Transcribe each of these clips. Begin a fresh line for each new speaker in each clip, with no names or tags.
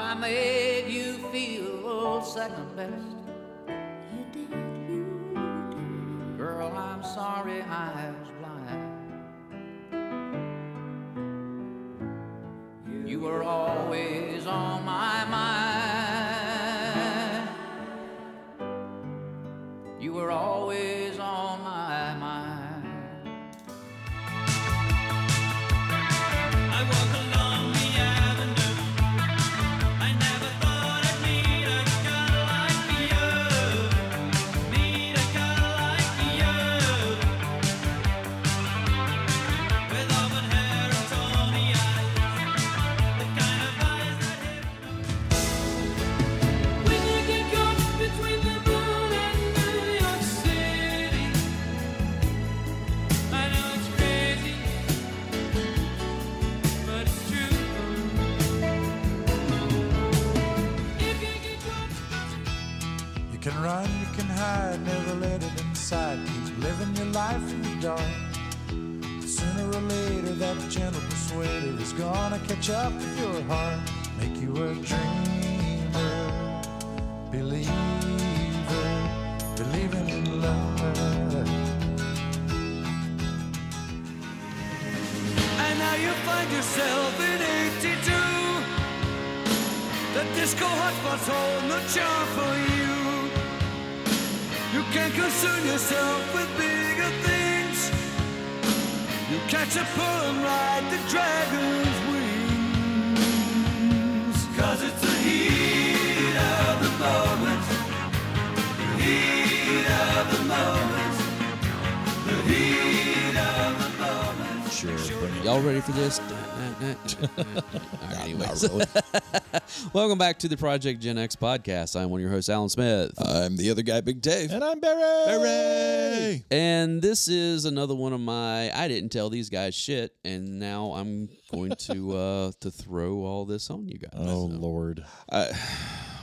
I made you feel second best.
You did, you did.
Girl, I'm sorry I was blind. You were always on my mind. You were always on my mind.
I walk along the avenue. I never thought I'd meet a girl like you. Meet a girl like you. With auburn hair and tawny eyes, the kind of eyes that hypnotize. When you get caught between the moon and New York City, I know it's crazy, but it's true. If you get caught between
You can run, you can hide, never let it inside. Keep living your life in the dark. Sooner or later, that gentle persuader is gonna catch up with your heart, make you a dreamer, believer, believing in love.
And now you find yourself in 82. The disco hotspot's holding the charm for you. You can concern yourself with bigger things. You catch a pull and ride the dragon's wings. Cause it's the heat of the moment. The heat of the moment. The heat of the moment.
Sure, but y'all ready for this? All right, anyways. Welcome back to the Project Gen X podcast. I'm one of your hosts, Alan Smith.
I'm the other guy, Big Dave.
And I'm Barry.
Hooray!
and this is another one of my I didn't tell these guys shit, and now I'm going to uh to throw all this on you guys.
Oh Lord,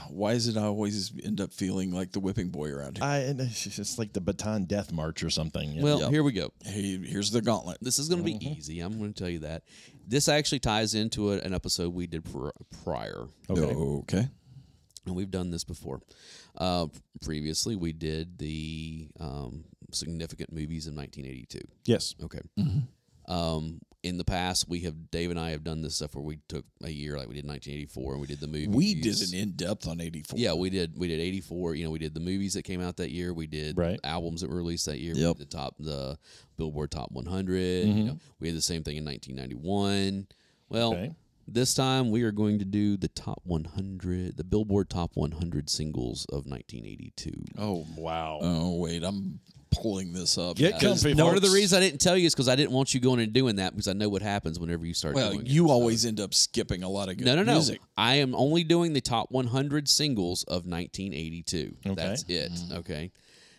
Why does it always end up feeling like the whipping boy around here?
I and it's just it's like the Baton Death March or something. you
Well,
know?
here we go.
hey, here's the gauntlet.
This is going to be easy. I'm going to tell you that. This actually ties into a- an episode we did pr- prior.
Oh.
okay.
Okay.
and we've done this before. Uh, previously, we did the um, significant movies in 1982.
yes,
Okay.
Mm-hmm.
Um, in the past, we have Dave and I have done this stuff where we took a year, like we did 1984, and we did the movies.
We did an in depth on 84.
Yeah, we did. We did 84. You know, we did the movies that came out that year. We did
Right.
albums that were released that year. We
Yep.
did the top, the Billboard Top 100. You
Mm-hmm.
know, we had the same thing in 1991. Well,
Okay.
this time we are going to do the top 100, the Billboard Top 100 singles of 1982.
Oh,
wow.
oh, wait. I'm pulling this up.
Get
because-
comfy,
Part of the
folks.
reason I didn't tell you is because I didn't want you going and doing that because I know what happens whenever you start
Well,
doing it.
you always end up skipping a lot of good
No, no, no.
music.
I am only doing the top 100 singles of 1982.
Okay.
That's it. Okay.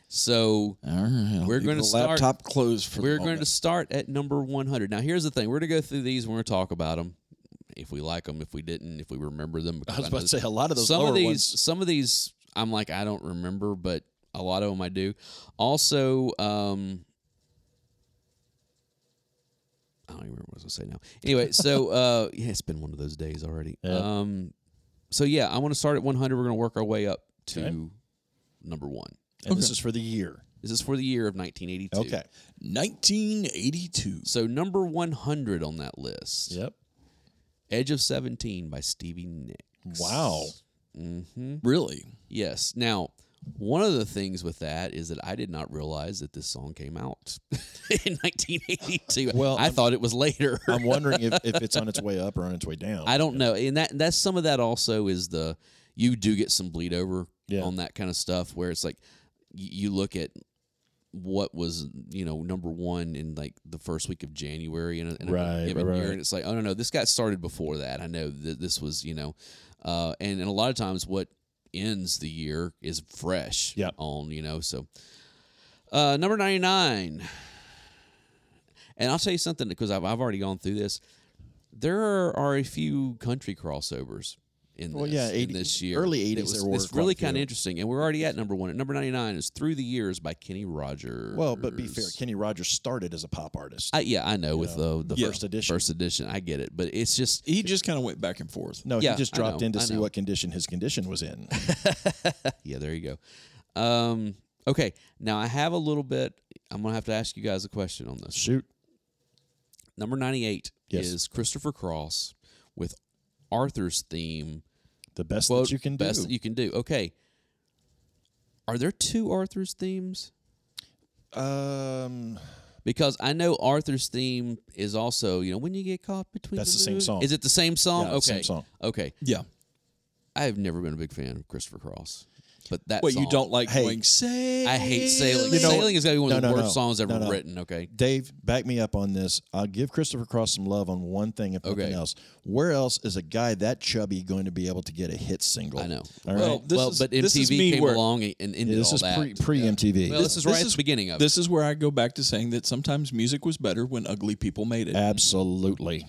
So
All right. I'll
We're
leave
gonna
the
start-
laptop closed for the
we're going to
moment.
start at number 100. Now, here's the thing. We're going to go through these. and We're going to talk about them. If we like them, if we didn't, if we remember them.
I was about to say a lot of those
some
lower
of these,
ones.
some of these, I'm like I don't remember, but a lot of them I do. Also, um, I don't even remember what I was going to say now. Anyway, so uh, yeah, it's been one of those days already. Um, so yeah, I want to start at 100. We're going to work our way up to
Okay.
number one.
And this is for the year.
This is for the year of 1982.
Okay.
1982.
So number 100 on that list.
Yep.
Edge of 17 by Stevie Nicks.
Wow.
Really?
Yes. Now, one of the things with that is that I did not realize that this song came out in 1982.
Well,
I
I'm-
thought it was later.
I'm wondering if, if it's on its way up or on its way down.
I don't know. And that that's some of that also is the you do get some bleed over
Yeah.
on that kind of stuff where it's like y- you look at what was you know number one in like the first week of January in a, in a
Right,
given
right,
year,
right.
and it's like oh no no this got started before that. I know that this was you know, uh, and and a lot of times what ends the year is fresh
Yep.
on you know so uh, number ninety nine. And I'll tell you something because I've, I've already gone through this. There are, are a few country crossovers in
Well,
this,
yeah,
in
80
this year.
early
It
80s
was-
there were
It's
quite a
really kind of
few.
interesting, and we're already at number one. At number ninety nine is "Through the Years" by Kenny Rogers.
Well, but be fair, Kenny Rogers started as a pop artist.
I, yeah, I know with the, the
Yeah.
first edition. First edition, I get it, but it's just
He just kind of went back and forth.
no,
yeah,
he just
I
dropped
know,
in to
I
see
know.
what condition his condition was in.
yeah. There you go. Um, okay, now I have a little bit. I'm gonna have to ask you guys a question on this.
Shoot.
Number ninety eight
Yes.
is Christopher Cross with Arthur's theme.
The best
Quote,
that you can
best
do.
that you can do. Okay, are there two Arthur's themes?
um,
Because I know Arthur's theme is also, you know, when you get caught between.
That's the same
moon-
song.
Is it the same song?
Yeah,
okay.
it's the same song.
Okay.
Yeah.
I have never been a big fan of Christopher Cross, but that.
Wait, you
song-
don't like
Hey.
going sailing?
I hate sailing.
You know-
sailing is going to be one of the
No, no,
worst
no.
songs ever
No, no.
written. Okay.
Dave, back me up on this. I'll give Christopher Cross some love on one thing, if nothing
Okay.
else. Where else is a guy that chubby going to be able to get a hit single?
I know.
All right.
Well, this
well,
is-
but
this is
MTV
me
came
where-
along and, and ended
Yeah, this
all
is
that.
pre pre MTV.
well, this is right
this
at
is-
the beginning of it.
This is where I go back to saying that sometimes music was better when ugly people made it,
Absolutely.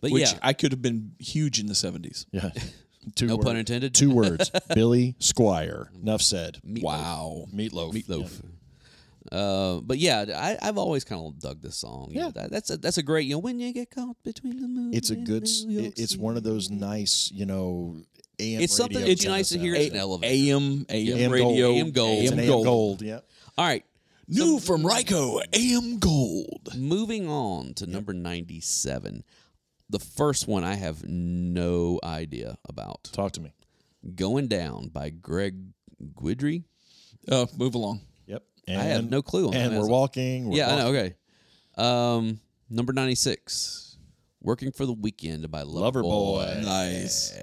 But
which
yeah,
I could have been huge in the 70s.
Yeah. Two
no
words.
pun intended.
Two words. Billy Squire. Enough said.
Wow.
Meatloaf.
Meatloaf. Uh, but yeah, I, I've always kind of dug this song. Yeah, that, that's a, that's a great. You know, when you get caught between the moon.
It's a
and
good. s-
New
it-
York
It's
City.
one of those nice, you know. AM
It's something
radio
that's
kind of
nice to hear
sounds.
in an elevator.
AM, AM,
AM
radio,
gold.
AM gold.
It's an
AM
AM
gold.
gold. Yeah.
All right,
New from Ryko, AM Gold.
moving on to number ninety-seven. The first one I have no idea about.
Talk to me.
Going down by Greg Guidry.
Uh, move along.
Yep.
I have no clue on
and
that.
we're walking. We're
yeah, I know.
walking.
Okay. Um, number ninety-six. Working for the weekend by Lover
Loverboy.
Nice.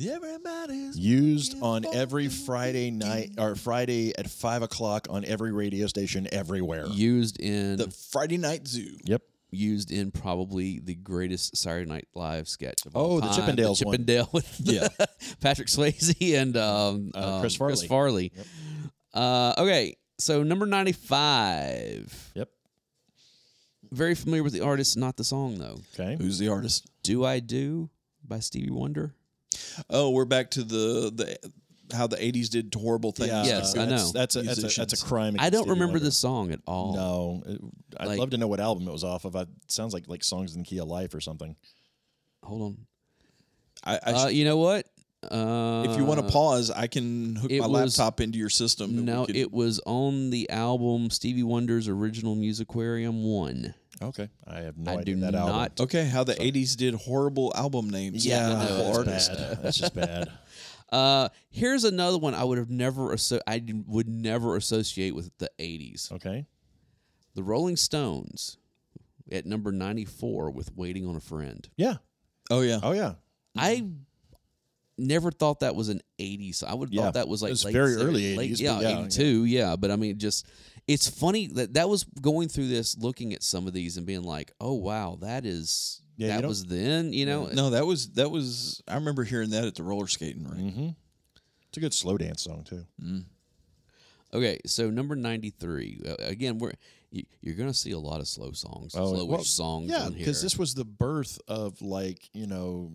Everybody's
Used on every Friday night or Friday at five o'clock on every radio station everywhere.
Used in
the Friday Night Zoo.
Yep.
used in probably the greatest Saturday Night Live sketch of
Oh,
all
the
time.
Chippendales one.
Chippendale with
Yeah.
Patrick Swayze and um,
Uh,
um,
Chris
Chris
Farley.
Farley. Uh, okay, so number ninety-five.
Yep.
Very familiar with the artist, not the song though.
Okay.
Who's the artist?
"Do I Do" by Stevie Wonder.
Oh, we're back to the the how the 80s did horrible things.
Yeah,
Yes, I
that's-
know.
That's a, that's a that's
Musicians.
a crime.
I
against
don't
Stevie
remember
Wonder.
this song at all.
No, It- I'd
Like-
love to know what album it was off of. I, it sounds like like songs in the key of life or something.
Hold on.
I, I
uh,
sh-
you know what? Uh,
if you want to pause, I can hook
it
my
was-
laptop into your system. and we
No,
can-
it was on the album Stevie Wonder's original Musiquarium One.
Okay, I have no
I
idea
do
that album.
not-
okay. How the 80s did horrible album names.
Yeah, I know,
horrible
it's
artists.
That's bad. That's just bad.
Uh, here's another one I would have never asso- I d- would never associate with the '80s.
Okay,
The Rolling Stones at number 94 with "Waiting on a Friend."
yeah,
Oh yeah.
oh yeah,
I never thought that was an 80s. I would have
Yeah.
thought that was like
It was
late
very
seven-
early
late-
80s,
yeah,
but yeah,
82, yeah. But I mean, just it's funny that that was going through this, looking at some of these and being like, "Oh wow, that is
Yeah, you
that
don't-
was then," you know.
No, that was that was. I remember hearing that at the roller skating rink.
Mm-hmm. it's a good slow dance song too.
Okay, so number ninety three. Uh, again, we're you, you're gonna see a lot of slow songs, slowish
Oh, well,
songs.
Yeah,
on here.
because this was the birth of like you know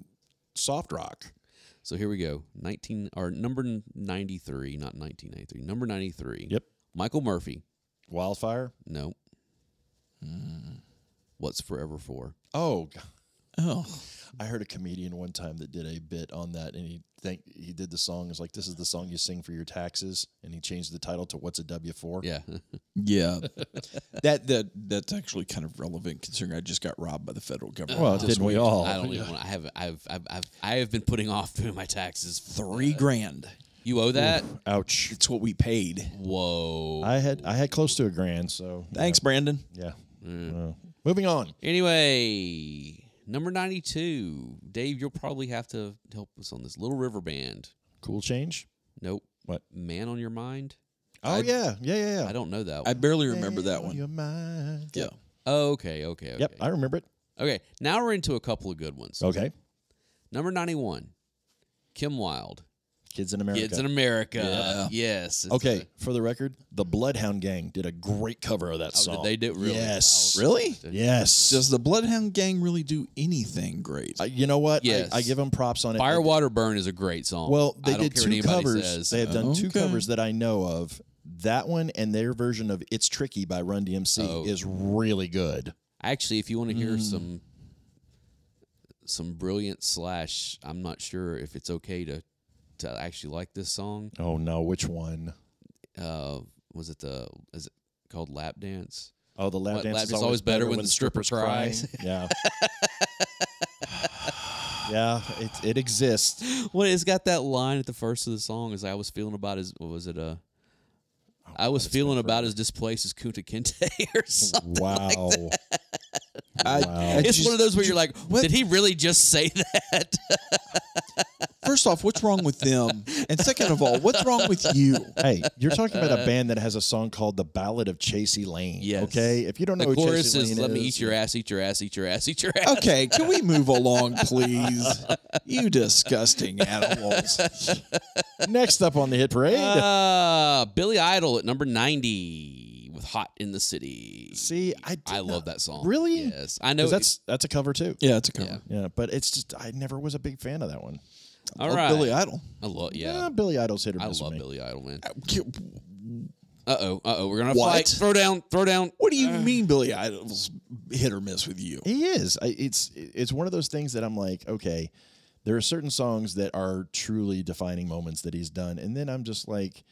soft rock.
So here we go. Nineteen or number ninety three, not nineteen ninety three. Number ninety three.
Yep.
Michael Murphy.
Wildfire.
No.
Hmm.
What's forever for?
Oh, God.
Oh,
I heard a comedian one time that did a bit on that, and he think he did the song is like this is the song you sing for your taxes, and he changed the title to what's a W for.
Yeah.
yeah. that that that's actually kind of relevant considering I just got robbed by the federal government.
Well,
this
didn't we
week.
all?
I don't even. Wanna, I have. I've. I've. I've. I have been putting off doing my taxes.
Three grand.
You owe that.
Ouch.
It's what we paid.
Whoa.
I had I had close to a grand, so you
Thanks, Brandon.
know, yeah. Well, moving on.
Anyway, number ninety two. Dave, you'll probably have to help us on this. Little River Band.
Cool change.
Nope.
What?
Man on Your Mind?
Oh yeah, yeah, yeah, yeah.
I don't know that
I
one.
barely remember that
On
one.
Your mind.
Yeah.
Oh, okay, okay, okay.
Yep, Oh. I remember it.
Okay, now we're into a couple of good ones.
Okay.
Number 91, Kim Wilde.
Kids in America.
Kids in America. Yes. it's
Okay,
a-
for the record, the Bloodhound Gang did a great cover of that
Oh, did
song.
they do- really?
Yes.
Wow.
Really?
Yes.
Does the Bloodhound Gang really do anything great?
Uh, you know what? I-
Yes.
I, give them props on it.
Fire,
They-
Water, Burn is a great song.
Well, they
I don't
did
care what
two
anybody
covers.
says.
They have done two
Okay.
covers that I know of. That one and their version of "It's Tricky" by Run DMC
Oh.
is really good.
Actually, if you want to
Mm.
hear some some brilliant slash, I'm not sure if it's okay to to actually like this song.
Oh no, which one?
Uh, was it the is it called Lap Dance?
Oh, the lap
What,
dance
lap
is
dance
always, better when the stripper
stripper
cries. yeah. yeah, it, it exists.
Well, it's got that line at the first of the song. Is I was feeling about as what was it uh, I was feeling about as displaced as Kunta Kinte or something.
Wow.
I-
Wow.
I
It's
just-
one of those where you're like, did he really just say that?
First off, what's wrong with them? And second of all, what's wrong with you?
hey, you're talking about a band that has a song called "The Ballad of Chasey Lane."
Yes.
Okay, if you don't know
the
who
chorus
Chasey
Oh, is,
Lane
"Let me
is-
eat your ass, eat your ass, eat your ass, eat your ass."
Okay, can we move along, please? You disgusting animals.
Next up on the hit parade.
Uh, Billy Idol at number 90 with Hot in the City.
See, I did
I love
not-
that song.
Really?
Yes. I know.
'Cause that's that's a cover too.
Yeah, it's a cover.
Yeah, but it's just I never was a big fan of that one.
all
Love
right.
Oh, Billy Idol.
I love, yeah.
Eh, Billy Idol's hit or
I
miss
love
with me.
Billy Idol, man. Uh oh. Uh oh. We're going to
What?
fight. Throw down. Throw down.
What do you mean Billy Idol's hit or miss with you?
He is. I, it's it's one of those things that I'm like, okay, there are certain songs that are truly defining moments that he's done, and then I'm just like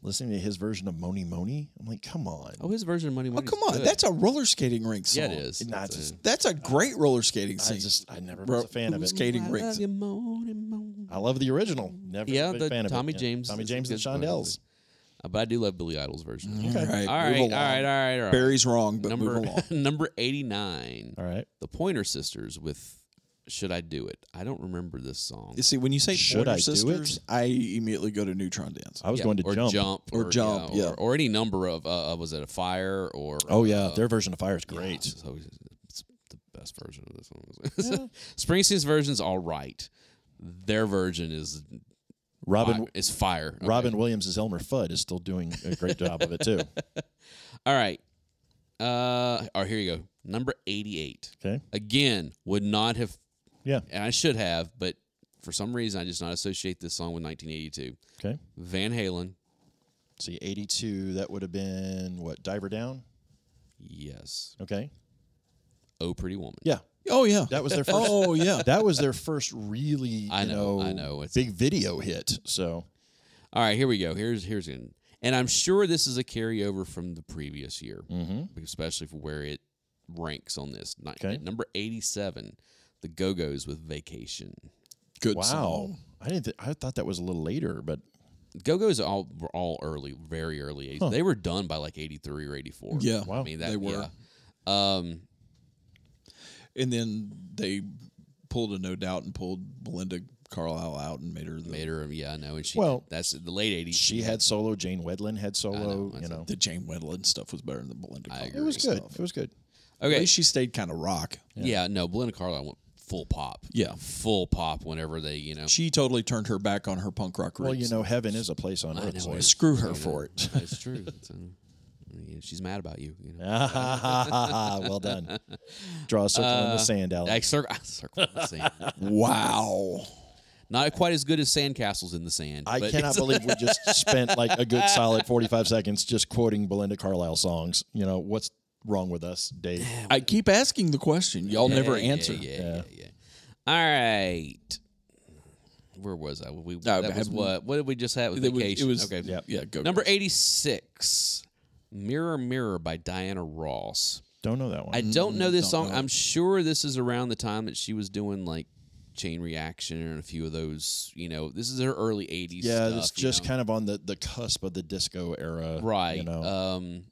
listening to his version of Moni Moni. I'm like, come on,
Oh, his version of Money
Oh,
Money.
come on. That's a roller skating rink song.
Yeah, it is.
Nah,
That's
just-
it.
That's a great roller skating
I
scene.
just I never
Ro-
was a fan of it.
skating
I love
rinks.
you more and more.
I love the original. Never
Yeah,
a big
the
fan of it.
Tommy
Yeah.
James
Tommy
is
James
a
and
good one,
Shondells.
Uh, But I do love Billy Idol's version.
All right.
All right.
move
All
along.
right. All right. All right.
Barry's wrong, but
number,
move along.
number 89.
All right.
The Pointer Sisters with Should I Do It? I don't remember this song.
You see, when you say
Should
Pointer
I do
Sisters,
it? Oh.
I immediately go to Neutron Dance.
I was
Yeah,
going to
or
jump.
Or jump, yeah.
or, or any number of uh, uh, was it a fire or
Oh yeah,
uh,
their version of Fire is great.
it's always- it's the best version of this one. Springsteen's version's all right. Their version is
Robin
fi- is fire. Okay.
Robin Williams as Elmer Fudd is still doing a great job of it too.
All right. Uh, oh, here you go. Number eighty-eight.
Okay.
Again, would not have,
Yeah.
and I should have, but for some reason I just not associate this song with 1982.
Okay.
Van Halen.
See, 82, that would have been what, Diver Down?
Yes.
Okay.
Oh, Pretty Woman.
Yeah.
Oh yeah.
That was their first
oh yeah.
that was their first really
I
you
know,
know,
I know, it's-
big video hit. So
All right, here we go. Here's here's in, and I'm sure this is a carryover from the previous year, especially for where it ranks on this. Ni-
Okay.
at number eighty-seven, the Go Go's with Vacation.
Good
wow.
song.
I didn't th- I thought that was a little later, but
Go Go's all were all early, very early. 80s. They were done by like eighty-three or eighty-four.
Yeah.
I mean that
Oh, They were.
yeah. Um,
And then they pulled a no doubt and pulled Belinda Carlisle out and made her the,
made her, yeah, I know, and she
Well,
that's the late eighties.
she had solo, Jane Wedlin had solo, you know.
the Jane Wedlin stuff was better than the Belinda Carlisle.
It was good. It was good.
At
okay,
least she stayed kind of rock.
yeah. no, Belinda Carlisle went full pop,
Yeah.
full pop. Whenever they, you know,
She totally turned her back on her punk rock roots.
Well, you know, heaven is a place on earth.
know,
so-
it's-
screw her for it.
it's true. It's, uh, yeah, she's mad about you. You know.
well done. Draw a circle in the sand, Alex.
Like circle, circle in the sand.
wow.
Not quite as good as sandcastles in the sand.
I
but
cannot believe we just spent like a good solid 45 seconds just quoting Belinda Carlisle songs. You know, what's wrong with us, Dave?
I keep asking the question. Y'all never
Yeah, yeah,
answer.
Yeah, yeah, yeah. All right. Where was I? We, that was
I-
what? What did we just have? With
It was-
vacation.
It was,
okay.
Yeah, yeah go.
Number eighty-six. Mirror, Mirror by Diana Ross.
Don't know that one.
I don't know this song. I'm sure this is around the time that she was doing like Chain Reaction and a few of those. You know, this is her early '80s.
yeah,
stuff,
it's
you
just
know?
kind of on the, the cusp of the disco era.
Right.
You know,
Um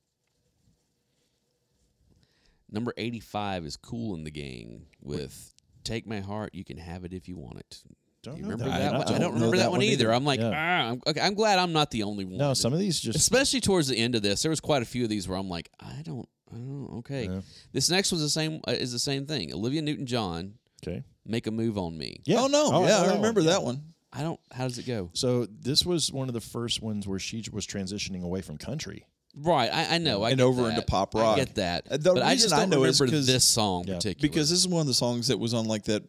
Number 85 is Cool in the Gang with Take My Heart, You Can Have It If You Want It.
don't
You
know
remember
that,
that
one.
one? I don't, remember that one either. I'm like,
Yeah.
ah, I'm, okay, I'm glad I'm not the only one.
no, some of these just.
Especially towards the end of this, there was quite a few of these where I'm like, I don't, I don't, okay. This next was the same, uh, is the same thing. Olivia Newton John,
Okay.
Make a Move on Me.
Yeah.
Oh no.
I
yeah,
know
I
that
remember
one.
that one.
I don't. How does it go?
So this was one of the first ones where she was transitioning away from country.
Right. I, I know. I
And
get
over
that.
into pop
I
rock.
get that.
Uh, the
but I
reason
just
I
don't
know is
remember
'cause-
this song
Yeah.
particular.
because this is one of the songs that was on like that.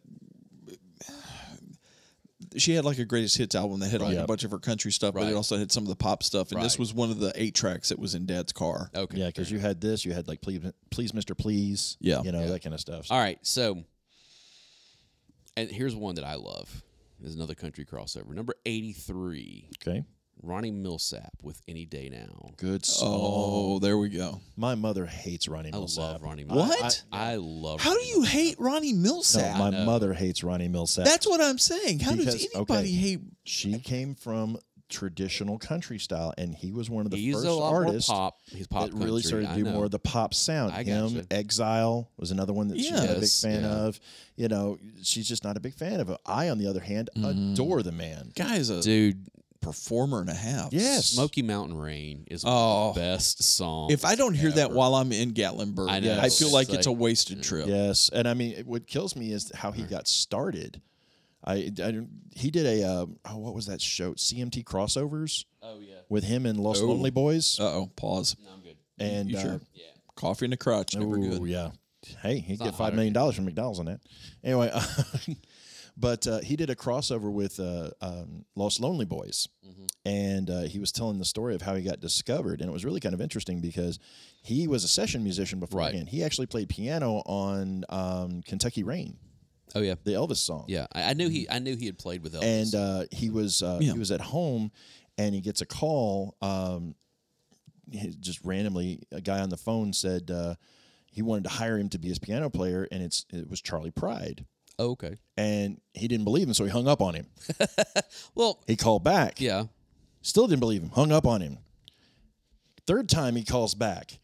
She had like a greatest hits album that had like
Right.
a bunch of her country stuff, but
Right.
it also had some of the pop stuff. And this
Right.
was one of the eight tracks that was in Dad's car.
okay.
Yeah, because you had this, you had like please, please, Mister, please.
Yeah.
you know that kind of stuff.
All right, so and here's one that I love. There's another country crossover. Number 83,
Okay,
Ronnie Millsap with Any Day Now.
good.
Oh, there we go.
My mother hates Ronnie
I
Millsap.
love Ronnie Millsap.
What?
I, I love
How do you hate Ronnie
No,
Millsap?
my mother hates Ronnie Millsap.
That's what I'm saying. How
Because-
does
okay.
anybody hate?
she came from traditional country style, and he was one of the
He's
first
a lot
artists
more pop. He's pop
that really
country,
started
I
to do
know.
more of the pop sound.
I
Him,
gotcha.
Exile was another one that she's not a big
Yes,
fan
yeah.
of. You know, she's just not a big fan of it. I, on the other hand,
Mm-hmm.
adore the man.
Guy's a
Dude,
performer and a half.
Yes.
Smoky Mountain Rain is
Oh.
one of the best song.
If I don't hear that
ever.
while I'm in Gatlinburg,
I
I,
know.
feel
It's like-
like,
mm.
it's a wasted trip.
Yes, and I mean, it- what kills me is how he got started. I, I don't- he did a uh, oh, what was that show? CMT crossovers.
Uh,
Oh yeah, with him and Lost Lonely Boys.
Uh oh, pause.
and
you
uh,
sure? Coffee in a crotch, never
Ooh,
good.
yeah. Hey, he'd get five million dollars from McDonald's on that. Anyway, but uh, he did a crossover with uh, um, Lost Lonely Boys,
Mm-hmm.
and uh, he was telling the story of how he got discovered, and it was really kind of interesting because he was a session musician beforehand. He actually played piano on um, Kentucky Rain,
Oh yeah.
the Elvis song.
Yeah. I, I knew he I knew he had played with Elvis.
and uh, he was uh,
Yeah.
he was at home, and he gets a call. Um, he- just randomly, a guy on the phone said uh, he wanted to hire him to be his piano player, and it's it was Charlie Pride,
oh, okay.
and he didn't believe him, so he hung up on him.
Well,
He called back,
yeah.
still didn't believe him, hung up on him. Third time he calls back.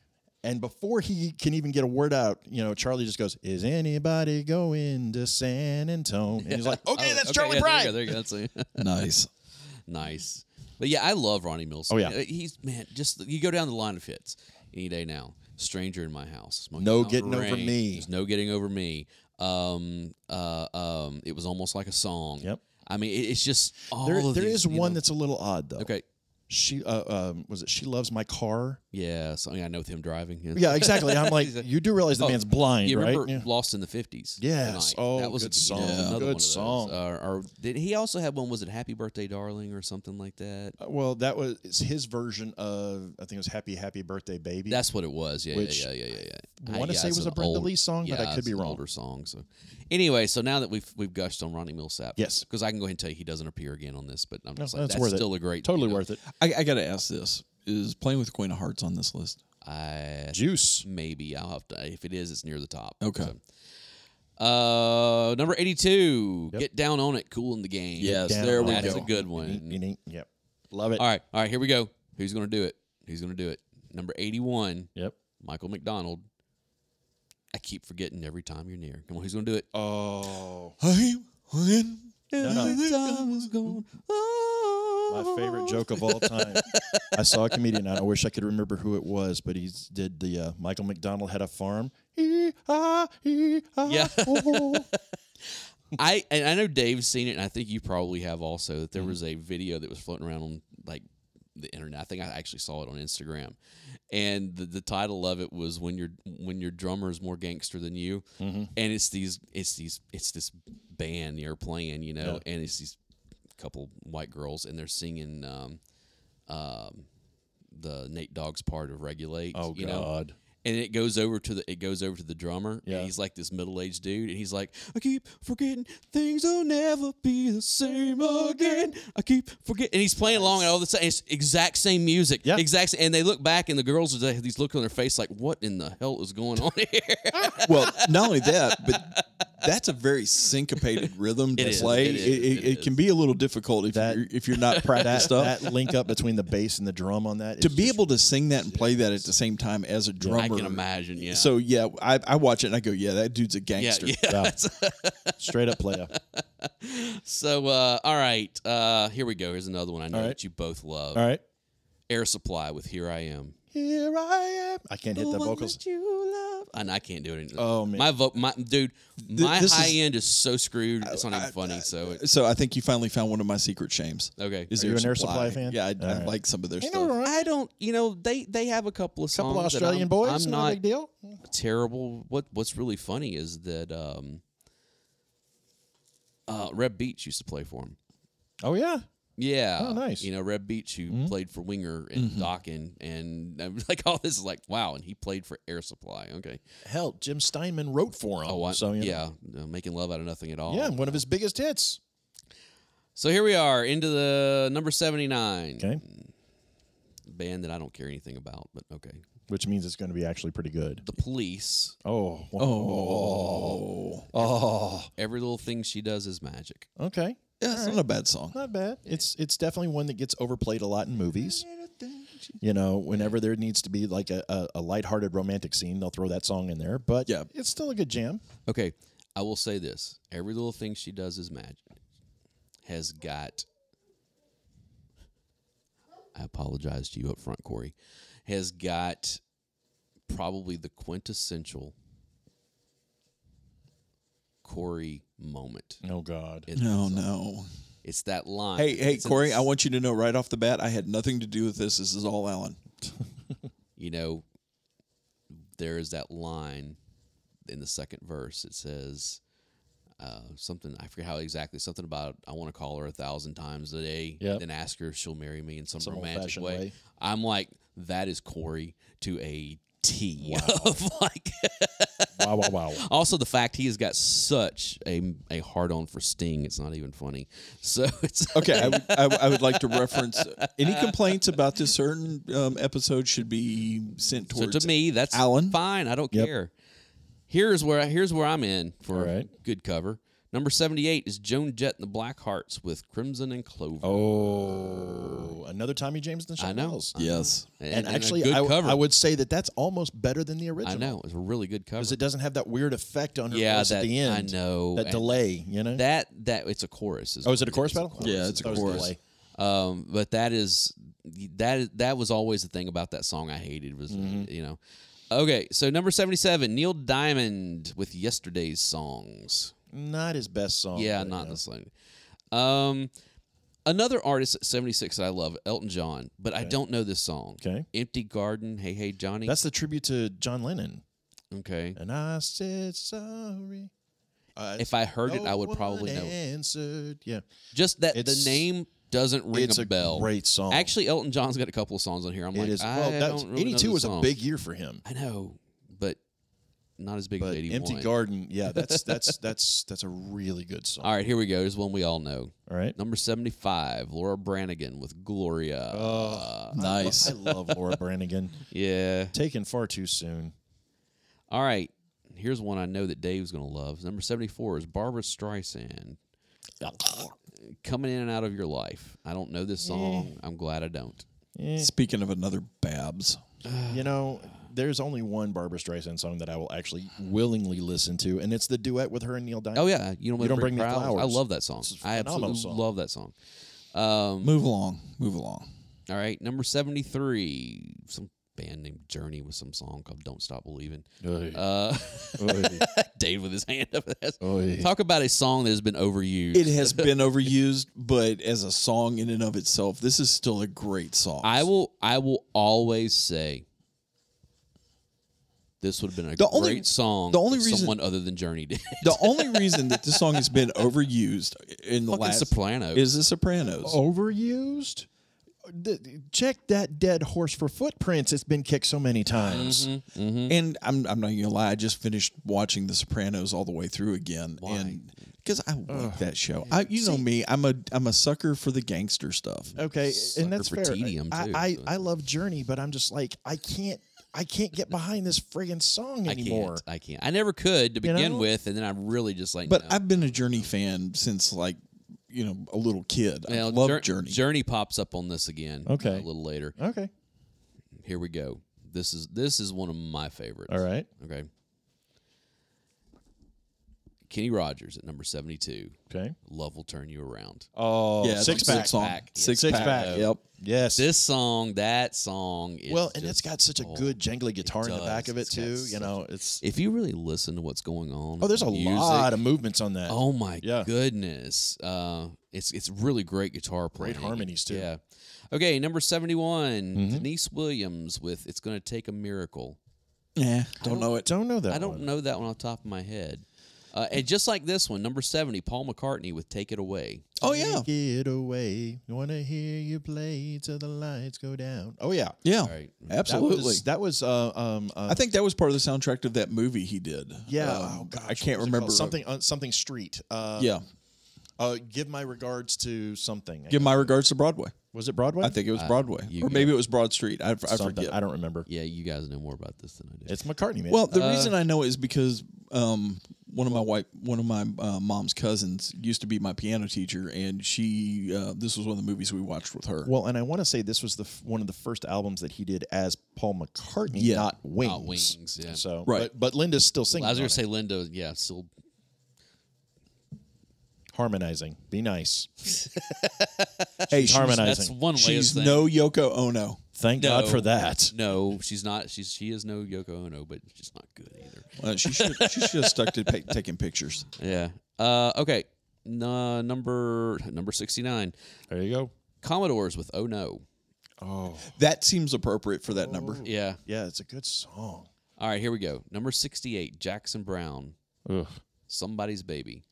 And before he can even get a word out, you know, Charlie just goes, Is anybody going to San Antone? And he's like, Okay,
Oh,
that's Charlie
yeah, there you
Pride.
go, there you go, that's it.
Nice.
Nice. But yeah, I love Ronnie Mills. Uh,
Oh, yeah.
he's man. Just you go down the line of hits any day now. Stranger in my house. Smoky
No
Mountain
getting over
Rain.
me.
There's no getting over me. Um, uh, um, it was almost like a song.
Yep.
I mean, it, it's just all
There,
of
there
these,
is
you
one
know.
that's a little odd though.
okay.
She uh, um, was it? She loves my car.
Yeah, something I know with him driving.
Yeah, exactly. I'm like, you do realize the man's blind,
You
right?
Oh, remember
Yeah.
Lost in the Fifties?
Yes. Oh,
that was a
good song.
that was another
Good
one of those.
song.
Uh, or did he also have one? Was it Happy Birthday, Darling, or something like that?
Uh, Well, that was it's his version of I think it was Happy Happy Birthday Baby.
That's what it was. Yeah,
Which
yeah, yeah, yeah, yeah. yeah.
I wanna
yeah,
say
it's
was
an
a Brenda
old-
Lee song, but I
yeah,
could
it's
be
an
wrong.
Older song. So, anyway, so now that we've we've gushed on Ronnie Millsap,
Yes.
because I can go ahead and tell you he doesn't appear again on this, but I'm
No,
just like, that's,
worth
still
it.
a great,
totally worth it.
I, I got to ask this: Is playing with Queen of Hearts on this list?
I
Juice.
maybe I'll have to. If it is, it's near the top.
Okay.
So, uh, number eighty-two. Get down on it. Cool in the game.
Yes,
Down
there
on
we
it.
that's
go.
a good one.
Yep, love it.
All right, all right. Here we go. Who's gonna do it? Who's gonna do it? Number eighty-one.
Yep.
Michael McDonald. I keep forgetting every time you're near. Come on, who's gonna do it?
Oh,
Hey, when-
Oh. my favorite joke of all time. I saw a comedian. and I wish I could remember who it was, but he did the uh, Michael McDonald had a farm. Hee-haw, hee-haw,
Yeah.
oh.
I and I know Dave's seen it, and I think you probably have also. That there
Mm-hmm.
was a video that was floating around on like the internet. I think I actually saw it on Instagram, and the, the title of it was "When Your When Your Drummer Is More Gangster Than You,"
Mm-hmm.
and it's these it's these it's this band they're playing, you know, and it's these couple white girls, and they're singing um, um, the Nate Dogg's part of "Regulate."
Oh,
you know?
God.
and it goes over to the it goes over to the drummer
Yeah.
and he's like this middle-aged dude and he's like i keep forgetting things will never be the same again i keep forgetting and he's playing along and all the same it's exact same music
Yeah.
exact sa- and they look back and the girls they have these look on their face like what in the hell is going on here
well, not only that, but that's a very syncopated rhythm to
is,
play.
it
It,
is,
it,
it
it can be a little difficult if
That-
you're, if you're not practiced up.
that link up between the bass and the drum on that
to be able to sing that and play that at the same time as a drummer,
i can imagine yeah
So yeah, I, I watch it and I go, yeah, that dude's a
yeah,
gangster.
yeah.
straight up play up.
so uh, all right uh, here we go here's another one i know
right.
that you both love
All right.
air supply with here i am
Here I am. I can't hit the
one
vocals.
that you love. And I can't do it. Anymore.
Oh, man.
my vo- my dude, my
this is-
high end is so screwed. It's not even funny. so it,
So I think you finally found one of my secret shames.
Okay.
is
Are you
Air
an Air Supply fan?
Yeah, I,
All
I
right.
like some of their
Ain't no
stuff.
wrong.
I don't. You know, they they have a couple of songs.
Couple
that
Australian
I'm,
boys.
I'm
not a
not
big deal.
terrible. What What's really funny is that um, uh, Reb Beach used to play for him.
Oh yeah.
Yeah.
Oh, nice. Mm-hmm.
You know, Reb Beach, who played for Winger and Dokken, and I'm like all this is like, wow. And he played for Air Supply. Okay.
Hell, Jim Steinman wrote for him.
Oh, I,
so you know.
yeah. uh, making love out of nothing at all.
yeah, one of his biggest hits.
So here we are into the number 79
Okay,
band that I don't care anything about, but okay.
which means it's going to be actually pretty good.
The Police.
Oh,
Oh,
Every little thing she does is magic.
okay,
yeah, it's not a bad song.
not bad. It's it's definitely one that gets overplayed a lot in movies. You know, whenever there needs to be like a, a, a lighthearted romantic scene, they'll throw that song in there. But
Yeah.
it's still a good jam.
Okay, I will say this: every little thing she does is magic. Has got. I apologize to you up front, Corey. Has got probably the quintessential Corey moment.
Oh God,
in
No,
that song.
no.
It's that line.
Hey, hey,
It's in
Corey,
the
I want you to know right off the bat, I had nothing to do with this. This is all Alan.
you know, there is that line in the second verse. It says uh, something I forget how exactly something about I want to call her a thousand times a day,
Yep.
then ask her if she'll marry me in some,
Some
romantic
old-fashioned
way.
way.
I'm like, that is Corey to a T. Of like,
wow, wow, wow.
also the fact he has got such a a hard on for Sting. It's not even funny. So it's
Okay, I would, I, would- I would like to reference uh, any complaints about this certain um, episode should be sent
So
towards
to me, that's
Alan.
Fine, I don't
Yep.
care. Here's where I, here's where I'm in for
All right.
good cover. Number seventy eight is Joan Jett and the Black Hearts with Crimson and Clover.
Oh, another Tommy James and the
I know.
Shondells.
Yes.
And,
a
actually,
good
I,
cover.
I would say that that's almost better than the original.
I know it's a really good cover.
because it doesn't have that weird effect on her
Yeah,
voice
that
at the
I
end.
know.
that
And
delay. You know
that that it's a chorus.
Oh, is it a
what
chorus
is.
battle?
Yeah, it's a
That was
chorus.
delay.
Um, but that is that is- that was always the thing about that song I hated was
Mm-hmm.
you know. Okay, so number seventy seven, Neil Diamond with Yesterday's Songs.
Not his best song.
Yeah,
but,
not
you know.
this lady. Um, another artist at 76 that I love, Elton John, but I don't know this song.
Okay.
Empty Garden, Hey Hey Johnny.
That's the tribute to John Lennon.
okay.
And I said sorry. Uh,
If I heard it, I would
no
probably
one
know. it.
Answered. Yeah,
Just that the
It's-
name doesn't ring
it's
a,
a
bell.
great song.
Actually, Elton John's got a couple of songs on here. I'm
it
like,
is.
I
Well, that's,
don't really know
82
this
was
song.
a big year for him.
I know, but not as big
But
as 81.
Empty Garden, yeah, that's that's that's that's a really good song.
All right, here we go. Here's one we all know.
All right.
Number 75, Laura Branigan with Gloria.
Nice.
I love Laura Branigan.
yeah.
Taken far too soon.
All right. Here's one I know that Dave's going to love. Number 74 is Barbara Streisand. Coming in and out of your life. I don't know this song. I'm glad I don't.
Uh, Speaking of another Babs.
You know, there's only one Barbara Streisand song that I will actually willingly listen to, and it's the duet with her and Neil Diamond.
Oh, yeah. You don't,
Don't Bring Me Flowers.
I love that song.
a
I
phenomenal
absolutely
song.
love that song.
Move along. Move along.
All right. Number 73, some band named Journey with some song called Don't Stop Believing. Uh, Dave with his hand up.
Oy.
Talk about a song that has been overused.
It has been overused, but as a song in and of itself, this is still a great song.
I will I will always say this would have been a
The
great
only-
song
the only
if
reason-
someone other than Journey did.
the only reason that this song has been overused in the
Fucking
last
Sopranos.
is the Sopranos.
overused? Th- Check that dead horse for footprints. It's been kicked so many times.
Mm-hmm.
Mm-hmm.
And I'm I'm not gonna lie, I just finished watching The Sopranos all the way through again, and because I like that show. I you know me, I'm a I'm a sucker for the gangster stuff.
Okay, and that's
for
fair.
tedium,
I,
too,
I,
so.
I love Journey, but I'm just like I can't I can't get behind this friggin' song
I can't.
anymore.
I can't. I never could to
You
begin
know?
with, and then I really just like.
But
no.
I've been a Journey fan since like you know a little kid. I
Now,
love
Jour-
Journey.
Journey pops up on this again. uh,
Okay.
a little later.
Okay,
Here we go. This is this is one of my favorites.
all right.
Okay. Kenny Rogers at number 72.
Okay.
Love will turn you around.
Oh,
Yeah,
six
that's a good
pack.
song.
Pack.
Six,
Six
pack.
pack.
Yep.
Yes.
This song, that song is
well, and it's
just-
got such a
oh.
good jangly guitar in the
does.
back of it
It's got
too. You
such
know, it's
If you really listen to what's going on,
oh, there's a
with music,
lot of movements on that.
Oh my
Yeah.
goodness. Uh it's it's really great guitar playing.
Great harmonies, too. Mm-hmm.
Yeah. Okay, number 71, Denise Williams with It's Gonna Take a Miracle.
Yeah. Don't know it.
don't know that.
I don't
one.
know that one off the top of my head. Uh, and just like this one, number 70, Paul McCartney with Take It Away.
Oh yeah.
Take it away. Wanna hear you play till the lights go down. Oh yeah.
Yeah.
All right.
Absolutely.
That was, that was uh, um uh,
I think that was part of the soundtrack of that movie he did.
yeah.
Uh,
oh, gosh,
I
what
can't
was it called?
remember
something on something street. Uh,
Yeah.
Uh, give my regards to something.
Give my regards to Broadway.
was it Broadway?
I think it was Broadway,
you
or
go.
maybe it was Broad Street. I, I
Uh, Something.
forget.
I don't remember.
Yeah, you guys know more about this than I do.
It's McCartney, man.
Well, the reason I know is because um, one of my wife, one of my uh, mom's cousins, used to be my piano teacher, and she. Uh, this was one of the movies we watched with her.
Well, and I want to say this was the f- one of the first albums that he did as Paul McCartney,
Yeah.
not Wings.
Not Wings, yeah.
So
Right.
but, but Linda's still singing.
I was
on
going
it.
to say Linda, yeah, still
harmonizing. Be nice.
hey, she was-
harmonizing.
That's one way
she's
of saying
no Yoko Ono.
Thank God for that.
No, she's not. She's she is no Yoko Ono, but she's not good either.
Uh, she should she should have stuck to pa- taking pictures.
Yeah. Uh, okay. N- uh, number number sixty nine.
There you go.
Commodores with Oh No.
That seems appropriate for that number.
Yeah.
Yeah, it's a good song.
All right. Here we go. Number sixty eight. Jackson Brown. Somebody's baby.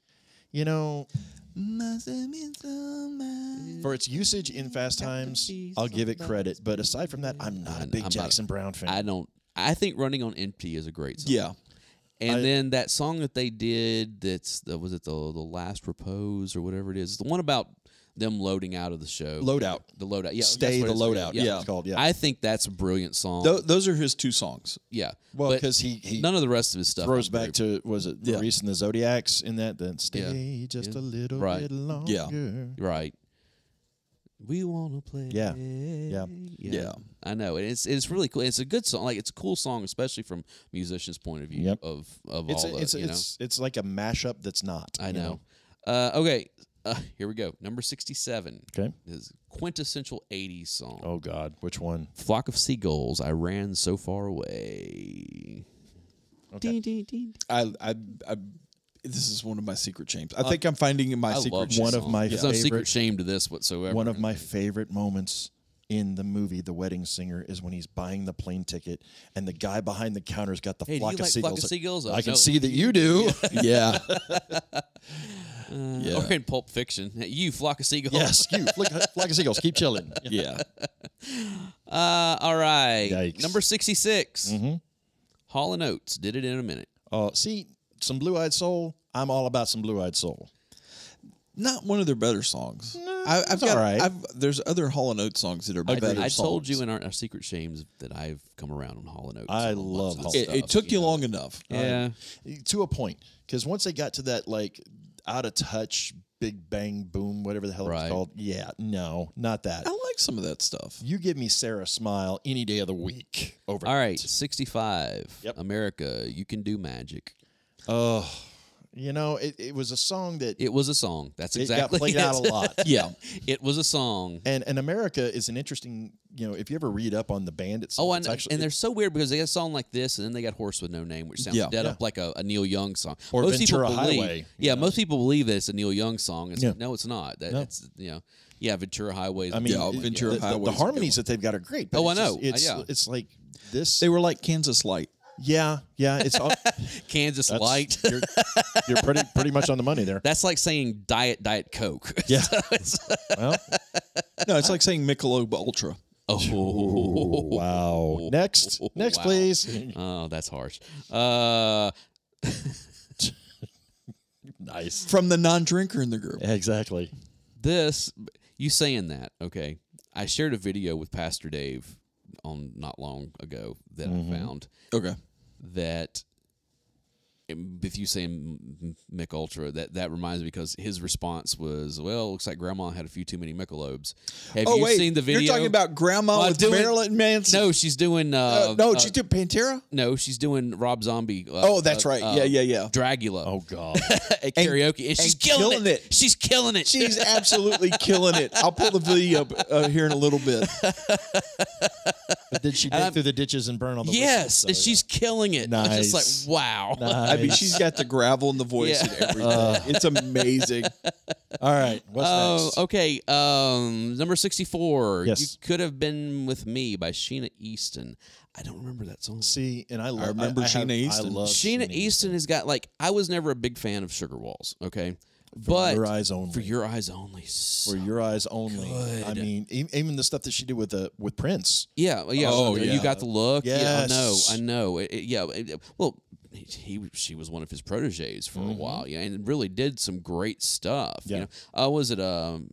You know,
Must have been somebody.
for its usage in Fast Times, I'll give it credit. But aside from that, I'm not a big
I'm not-
Jackson Brown fan.
I don't. I think Running on Empty is a great song.
Yeah,
And
I-
then that song that they did. That's the, was it the the last repose or whatever it is. It's the one about them loading out of the show.
Loadout.
The loadout. Yeah.
Stay
that's what
the
it's-
loadout. Yeah, it's called. Yeah.
I think that's a brilliant song.
Tho- those are his two songs.
yeah.
well,
But
because he he
none of the rest of his stuff
throws
I'm
back
very-
to was it
Yeah.
Maurice and the Zodiacs in that. Then stay just a little
Right.
bit longer.
Yeah.
Right. We wanna play.
Yeah. Yeah.
Yeah.
I know. And it's it's really cool. It's a good song. Like it's a cool song, especially from musicians' point of view
Yep.
of of
It's
all
a,
the
it's a-
you know.
it's it's like a mashup that's not.
I
you
know. Uh, okay. Uh, here we go. Number sixty seven.
Okay.
Is quintessential eighties song.
Oh God, which one?
Flock of seagulls, I ran so far away.
I, I, I this is one of my secret shames. I think I'm finding my
I love
secret
this
shame.
one of
song.
my
There's no secret
favorite-
shame to this whatsoever.
One of my favorite moments in the movie The Wedding Singer is when he's buying the plane ticket and the guy behind the counter's got the
Hey, do
flock,
you
of
like
seagulls.
flock of seagulls? Oh,
I can
no.
see that you do.
yeah. yeah.
Or in Pulp Fiction, you flock of seagulls.
yes, you look, flock of seagulls. Keep chilling.
Yeah.
Uh, all right.
Yikes. Mm-hmm.
Number 66. Hall and Oates did it in a minute.
Uh, see some blue-eyed soul. I'm all about some blue-eyed soul.
Not one of their better songs. I, I've
it's all
got.
right.
I've, there's other Hall and Oates songs that are
I,
better.
I
songs.
told you in our, our secret shames that I've come around on Hall and Oates.
I
on lots
love
of
Hall
this
it,
and
it
stuff.
took you long enough.
Yeah.
to a point because once they got to that like out of touch big bang boom whatever the hell
Right. Oh.
it's called yeah no not that
I like some of that stuff.
you give me sarah smile any day of the week over
All right. 65.
Yep.
America, you can do magic.
oh you know it, it was a song that it,
It was a song. That's exactly
got played
it.
out a lot
Yeah.
it was a song.
and and america is an interesting you know if you ever read up on the band itself
Oh,
it's
and,
actually
and they're so weird because they got a song like this, and then they got "Horse with No Name," which sounds
Yeah.
dead
Yeah.
up like a, a Neil Young song.
Or Ventura
people believe,
Highway, you
Yeah, most people believe that it's a Neil Young song. It's
Yeah.
like, no, it's not. That, It's you know, yeah, Ventura Highway.
i mean
Yeah,
it-
Ventura
the, the- the
Highway's a good
harmonies that they've got are great but
Oh, I
it's just-
know. Uh,
it's
yeah.
it's like this
They were like Kansas Light.
yeah yeah it's all,
Kansas
that's-
Light.
you're, you're pretty pretty much on the money there
That's like saying diet diet coke.
Yeah. well,
No, it's like saying Michelob Ultra.
oh,
wow. Next, next,
Wow.
please.
oh, that's harsh. Uh,
nice.
From the non-drinker in the group.
Exactly.
this you saying that? Okay, I shared a video with Pastor Dave
Mm-hmm.
on not long ago that I found
Okay.
that with you saying Mick Ultra, that that reminds me because his response was, "Well, looks like Grandma had a few too many Michelobes." Have
oh
you
wait,
seen the video?
You're talking about Grandma
Uh,
with
doing-
Marilyn Manson.
No, she's doing. Uh,
Uh, no,
uh,
she did Pantera.
no, she's doing Rob Zombie. Uh,
Oh, that's
uh,
right.
uh,
Yeah, yeah, yeah.
Dragula
Oh God.
at karaoke, and, she's killing,
killing
it.
it.
She's killing it.
She's absolutely killing it. I'll pull the video up uh, here in a little bit.
but then she
I'm-
dig through the ditches and burn all the
yes,
witches, so,
she's killing it. I'm just
Oh, Nice.
like, wow.
yeah.
I mean, she's got the gravel in the voice
Yeah. Uh.
and everything. it's amazing.
all right. What's
Oh,
next?
okay. Um, number sixty-four. You
Yes.
could have been with me by Sheena Easton. I don't remember that song.
See, and I, love,
remember
I, I have-
Sheena
I
Easton.
love
Sheena Easton has got like I was never a big fan of Sugar Walls. Okay, but
Your Eyes Only.
for your eyes only. so-
for your eyes only. I mean, e- even the stuff that she did with uh, with Prince.
yeah, well, yeah.
Oh,
you
yeah.
got the look. Yeah, I know.
Yes.
I know. It- it- yeah. it- well, he she was one of his proteges for a while. Yeah, and really did some great stuff.
Mm-hmm. Yeah.
You know, uh, was it um,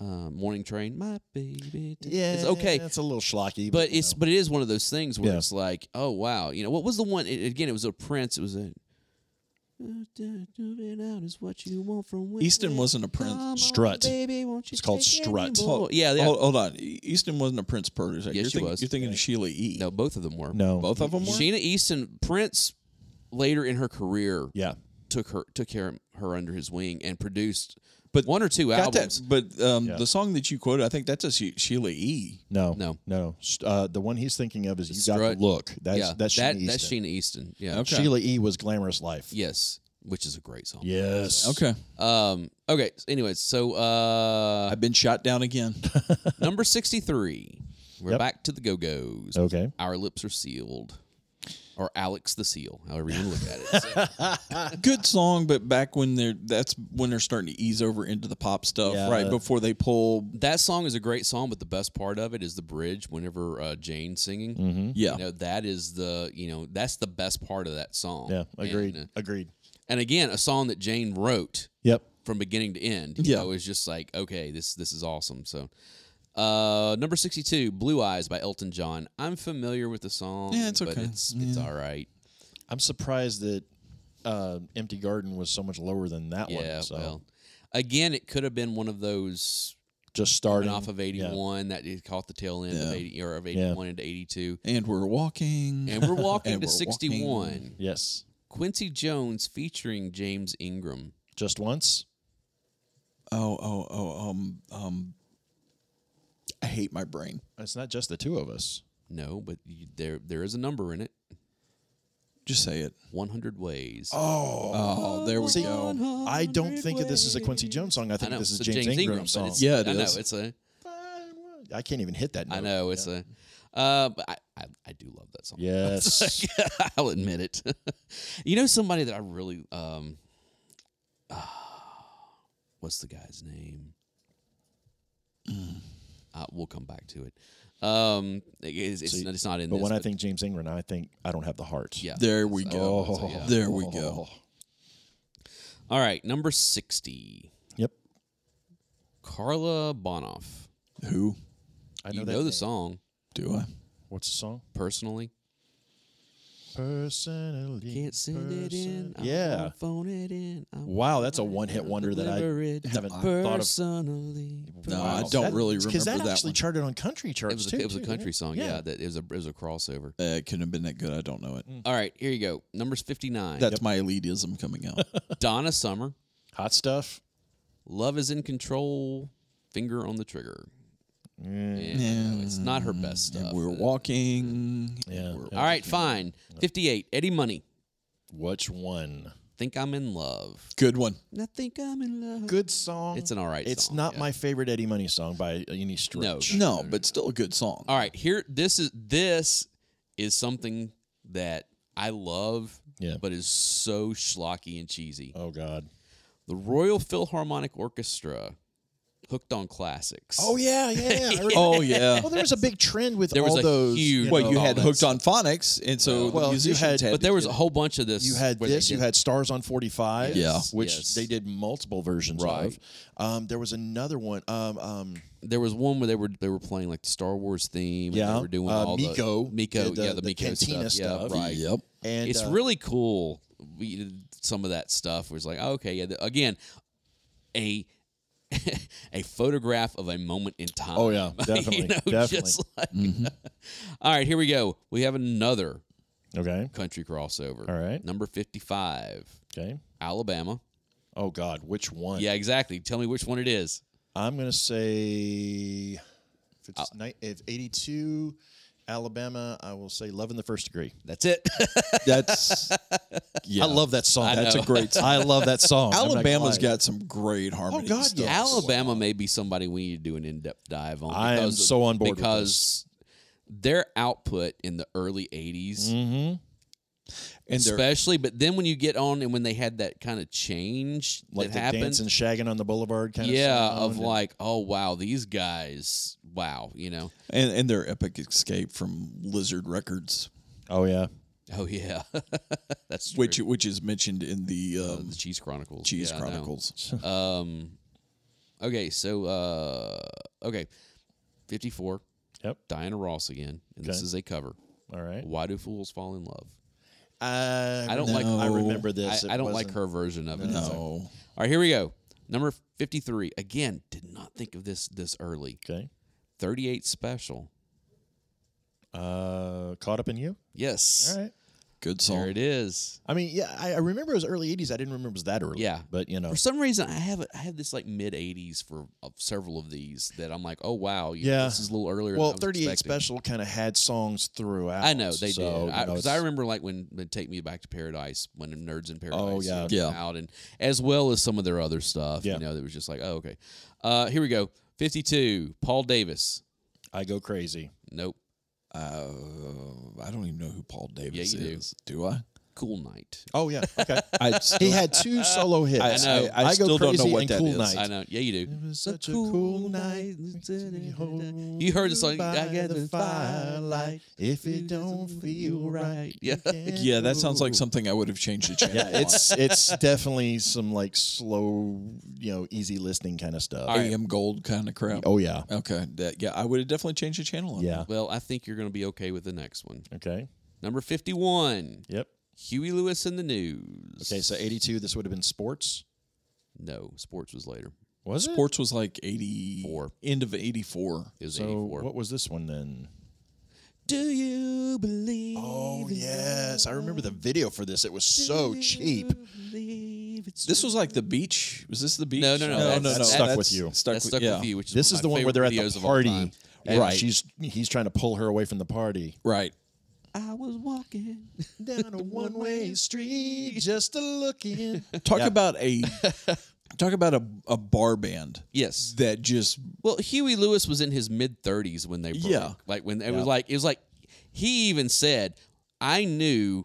uh, Morning Train? My baby. did- It's okay.
It's a little schlocky,
but
you
it's
know.
but it is one of those things where
Yeah.
it's like, oh wow, you know what was the one? It, again, it was a Prince. It was a. Moving out is what you want from women.
Easton wasn't a Prince.
Come on,
Strut.
baby, won't you
It's called
take
Strut.
any more?
Hold,
Yeah, yeah.
Hold, hold on. E- Easton wasn't a Prince protege.
Yes,
you're
she
thinking,
was.
You're thinking of Sheila E.
no, both of them were.
no,
Both of them were?
Sheena Easton, Prince, later in her career,
Yeah,
took her took her her under his wing and produced, but one or two albums.
But um,
Yeah.
the song that you quoted, I think that's a she- Sheila E.
no,
No.
no. S- Uh, the one he's thinking of is you got
Strut.
the look. That's
yeah,
that's
that,
Sheena Easton.
that's Sheena Easton. Yeah,
Okay.
Sheila E was glamorous life.
yes, which is a great song.
Yes.
Okay.
Um. Okay. Anyways, so uh,
I've been shot down again.
Number 63. We're
Yep.
back to the Go Go's.
Okay.
Our lips are sealed. Or Alex the Seal, however you want to look at it. So,
Good song, but back when they're that's when they're starting to ease over into the pop stuff,
Yeah.
right before they pull.
that song is a great song, but the best part of it is the bridge whenever uh, Jane's singing. Mm-hmm.
Yeah.
You know, that is the, you know, that's the best part of that song.
Yeah. Agreed.
And, uh,
agreed.
and again, a song that Jane wrote
Yep.
from beginning to end. You
Yeah.
know, it's just like, okay, this this is awesome. So, uh, number sixty two, Blue Eyes by Elton John. I'm familiar with the song.
Yeah, it's
But
okay.
it's it's all right.
I'm surprised that uh, Empty Garden was so much lower than that
Yeah.
one. So
Well, again, it could have been one of those
just
coming
starting
off of eighty one that it caught the tail end of
Yeah.
eighty or of eighty one into eighty two,
And we're walking.
and we're walking
And
to
we're
sixty
walking.
one.
Yeah. Yes.
Quincy Jones featuring James Ingram.
Just once.
Oh, oh, oh, um, um. I hate my brain.
It's not just the two of us.
No, but you, there there is a number in it.
Just say it.
One hundred ways.
Oh, there we go.
I don't think that this is a Quincy Jones song. I
I
think
know
this is
it's a
James, Ingram,
but
song.
it's-
Yeah, it
I
is.
know it's a.
I can't even hit that. Note.
I know it's a. Uh, but I, I I do love that song.
Yes.
I'll admit it. you know somebody that I really um. ah, what's the guy's name?
Mm.
Uh, we'll come back to it. Um, it- it's, it's,
See,
not, it's not in.
but
this,
when I think James Ingram, I think I don't have the heart.
yeah,
There we go.
so, yeah.
There we go.
All right, number sixty,
Yep.
Carla Bonoff.
Who
I
you
that
know the
name.
song
do I?
What's the song?
personally.
Personally.
Can't send it in. I
Yeah.
won't phone it in. I
Wow, that's a one-hit wonder that I
deliver it
haven't thought of.
personally.
No, I don't really remember
because that
that
actually
one.
charted on country charts
It was,
too.
a, it was a
too,
country
right?
song, yeah. That it was a it was a crossover.
Uh, it couldn't have been that good. I don't know it.
All right, here you go. Numbers fifty nine.
That's my elitism coming out.
Donna Summer.
Hot stuff.
Love is in control. Finger on the trigger. Yeah, no, it's not her best stuff.
and we're walking.
Yeah.
and we're-
All right, fine. Fifty eight. Eddie Money.
Which one?
Think I'm in love.
Good one.
I think I'm in love.
Good song.
It's an all right
It's
song,
not
yeah.
my favorite Eddie Money song by any stretch.
No, but still a good song.
All right, here this is this is something that I love,
Yeah.
but is so schlocky and cheesy.
Oh God.
The Royal Philharmonic Orchestra, hooked on classics.
Oh yeah, yeah. I remember-
Oh yeah.
Well, there was a big trend with
There was
all
a
those.
huge-
well,
know,
you
all
had
that
hooked on phonics, and so
Well,
the
you
musicians
had-
had,
but there was a whole bunch of this.
You had
where they
this. You
did-
had Stars on Forty Five.
Yeah.
which
Yes.
they did multiple versions
Right.
of. Um, there was another one. Um, um,
there was one where they were they were playing like the Star Wars theme. and
Yeah.
they were doing
Uh,
all
Miko
the Miko,
did the-
yeah, the,
the
Miko
Cantina
stuff.
stuff.
Yeah, right.
Yep.
and
it's
uh,
really cool we did some of that stuff was like, oh, okay, yeah, the- again, a a photograph of a moment in time.
Oh, yeah,
You
definitely,
know,
definitely. Mm-hmm.
just like- All right, here we go. We have another
Okay.
country crossover.
All right.
number fifty-five,
Okay.
Alabama.
Oh God, which one?
Yeah, exactly. Tell me which one it is.
I'm gonna say if
Uh,
it's ni- if 82 Alabama, I will say Love in the First Degree.
That's it.
That's
I love that song.
I
That's
know.
a great. I love that song. I'm not gonna
Alabama's
lie.
got some great harmony.
Oh, God,
stuff.
yeah.
Alabama may be somebody we need to do an in-depth dive on.
I am so on board with
because their output in the early '80s,
Mm-hmm.
and they're
especially, but then when you get on and when they had that kind of change
like
that
the
happened,
dancing, shagging on the boulevard kind
yeah,
of. sound
of
and-
like, oh wow, these guys, wow, you know,
and, and their epic escape from Lizard Records,
Oh yeah.
oh yeah, that's true.
which which is mentioned in the um,
the Cheese Chronicles,
Cheese
Yeah, I know.
Chronicles.
Um, okay, so uh, okay, fifty-four,
Yep.
Diana Ross again, and this
Okay.
is a cover.
All right.
Why do fools fall in love?
Uh,
I don't like.
I remember this. It
I, I don't like
wasn't-
her version of it. All
No,
right, here we go. Number fifty-three. Again, did not think of this this early.
Okay.
Thirty-eight special.
Uh, caught up in you.
Yes.
All right.
good
There
song.
it is.
I mean, yeah, I, I remember it was early '80s. I didn't remember it was that early.
Yeah.
but you know,
For some reason, I have a, I have this like mid '80s for uh, several of these that I'm like, oh wow, you know,
Yeah.
this is a little earlier. than I
well,
was
38
expecting.
Special kind of had songs throughout.
I know they
so, you
did
know,
because I,
it's-
remember like when, when Take Me Back to Paradise when Nerds in Paradise
Oh,
you
yeah.
know,
Yeah.
came out and as well as some of their other stuff
Yeah.
you know that was just like oh okay uh, here we go 52 Paul Davis
I go crazy.
nope
Uh, I don't even know who Paul Davis
you do.
is. Do, I?
Cool Night
Oh yeah, okay.
I
he
still,
had two solo hits.
I,
know.
I, I
I Go
still don't know
Crazy
what
and
that
Cool
is.
Night.
I know yeah you do
was
such a cool night. You heard the song, I got the firelight.
If it don't feel right,
Yeah.
you can't
Yeah, that sounds like
go.
something I would have changed the channel.
Yeah,
on.
it's it's definitely some like slow, you know, easy listening kind of stuff.
AM gold kind of crap.
Oh yeah,
Okay. That, yeah, I would have definitely changed the channel on. that.
yeah.
well I think you're gonna be okay with the next one
Okay.
number 51
Yep.
Huey Lewis in the News
Okay, so '82. This would have been sports.
no sports was later
Was it?
Sports was like 84.
Four.
End of 84.
it was
So
84
what was this one then?
do you believe
Oh yes, I remember the video for this. It was so cheap.
This was like the beach. Was this the beach?
No, no, no, that's- that's
Stuck
That's
with you.
Stuck,
that
with-
stuck
yeah.
with you which is
This
one
is
of
the
my
one where they're at
favorite videos
the
of all time.
party, and
Right.
She's he's trying to pull her away from the party.
Right.
I was walking.
down a one way street just to look in.
Talk about a talk about a, a bar band
Yes.
that just
Well, Huey Lewis was in his mid thirties when they broke.
Yeah.
Like when it was like it was like he even said, "I knew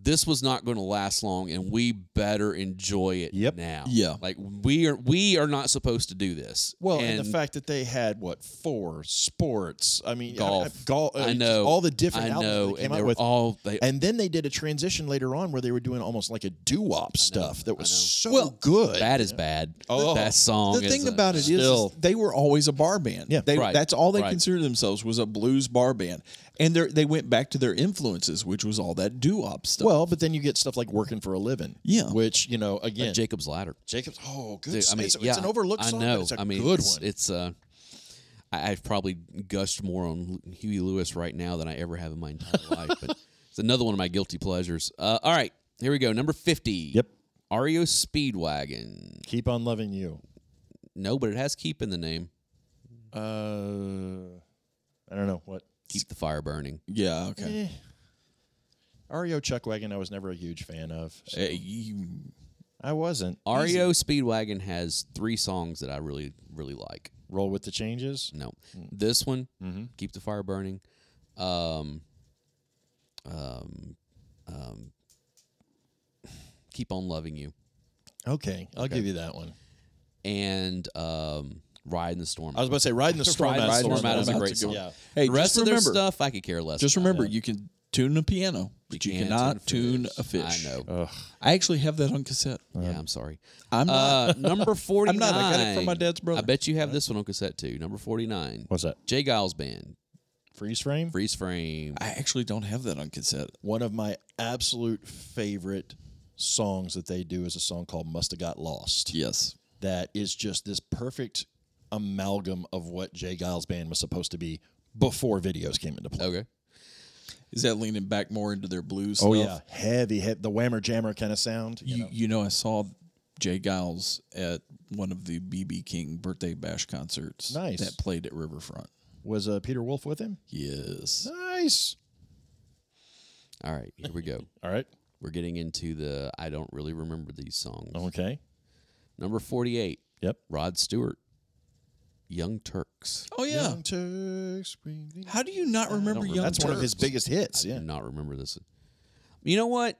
this was not going to last long, and we better enjoy it
Yep.
now."
Yeah.
Like we are we are not supposed to do this.
Well, and, the fact that they had what four sports? I mean,
golf,
I, I, golf.
I know
uh, all the different
I
albums
know,
that they came
and they
out
were
with.
all they
and then they did a transition later on where they were doing almost like a doo wop stuff that was so good.
bad is bad.
Oh.
that song.
the thing
is a-
about it is, is
Still.
they were always a bar band.
Yeah.
they,
uh, Right.
that's all they
Right.
considered themselves was a blues bar band, and they they went back to their influences, which was all that doo wop stuff.
Well, but then you get stuff like working for a living.
Yeah.
which you know again,
like Jacob's Ladder.
Jacob's. Oh, good.
Dude,
I mean, it's, it's an overlooked
I
song,
know.
but it's a
I mean,
good
it's,
one.
It's uh, I, I've probably gushed more on L- Huey Lewis right now than I ever have in my entire life. But it's another one of my guilty pleasures. Uh, all right, here we go. Number fifty.
Yep.
REO Speedwagon.
Keep on loving you.
No, but it has keep in the name.
Uh,
Uh,
I don't know what.
Keep the fire burning.
yeah, okay.
Eh. E REO Chuckwagon, I was never a huge fan of.
Eh, you-
I wasn't.
REO Speedwagon has three songs that I really, really like.
Roll with the changes.
No,
Hmm.
this one,
Mm-hmm.
keep the fire burning. Um, um, um, keep on loving you,
Okay, I'll give you that one.
and um, ride in the storm.
I was about to say riding the storm
Ride
out.
in the
of
storm out is a
Storm
great
Out's a
song.
good
Yeah.
Hey,
the rest
just
of their
remember-
stuff I could care less.
Just
about.
remember, you can tune a piano, but you,
can't
cannot tune a
fish.
fish.
I know.
I actually have that on cassette.
Yeah, I'm sorry.
I'm not.
Uh, number forty
I'm
nine.
not. I got it from my dad's brother. Uh-huh.
I bet you have this one on cassette too. Number forty nine.
What's that?
Jay Giles Band.
Freeze frame.
Freeze frame.
I actually don't have that on cassette.
One of my absolute favorite songs that they do is a song called "Must Have Got Lost."
Yes.
That is just this perfect amalgam of what Jay Giles' band was supposed to be before videos came into play.
Okay.
Is that leaning back more into their blues?
Oh yeah,
stuff?
heavy, heavy, the whammer jammer kind of sound. You
You,
know?
you know, I saw Jay Giles at one of the BB King birthday bash concerts.
Nice.
That played at Riverfront.
Was uh, Peter Wolf with him?
Yes.
Nice.
All right. Here we go.
All right.
We're getting into the I don't really remember these songs.
Oh.
Okay.
Number 48,
Yep.
Rod Stewart, Young Turks.
Oh yeah.
Young Turks, we-
How do you not remember Young
That's one of his
Turks?
biggest hits.
I
Yeah.
do not remember this. one. You know what?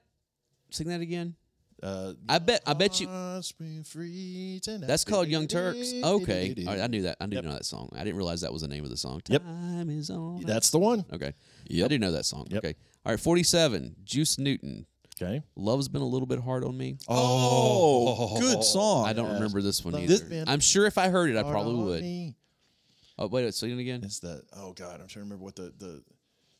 Sing that again.
Uh,
I bet I bet you
Must be free tonight.
that's called Young Turks. Okay. All right, I knew that. I do know that song. I didn't realize that was the name of the song.
Yep.
Time is on.
That's the one.
Okay. I do know that song.
Yep.
Okay. All right, 47, Juice Newton.
Okay.
Love's been a little bit hard on me.
Oh, good song.
I don't remember this one
Love's
either.
been
I'm sure if I heard it, I
Hard
probably
on
would.
me.
Oh, wait, sing it again.
It's the oh god, I'm trying to remember what the the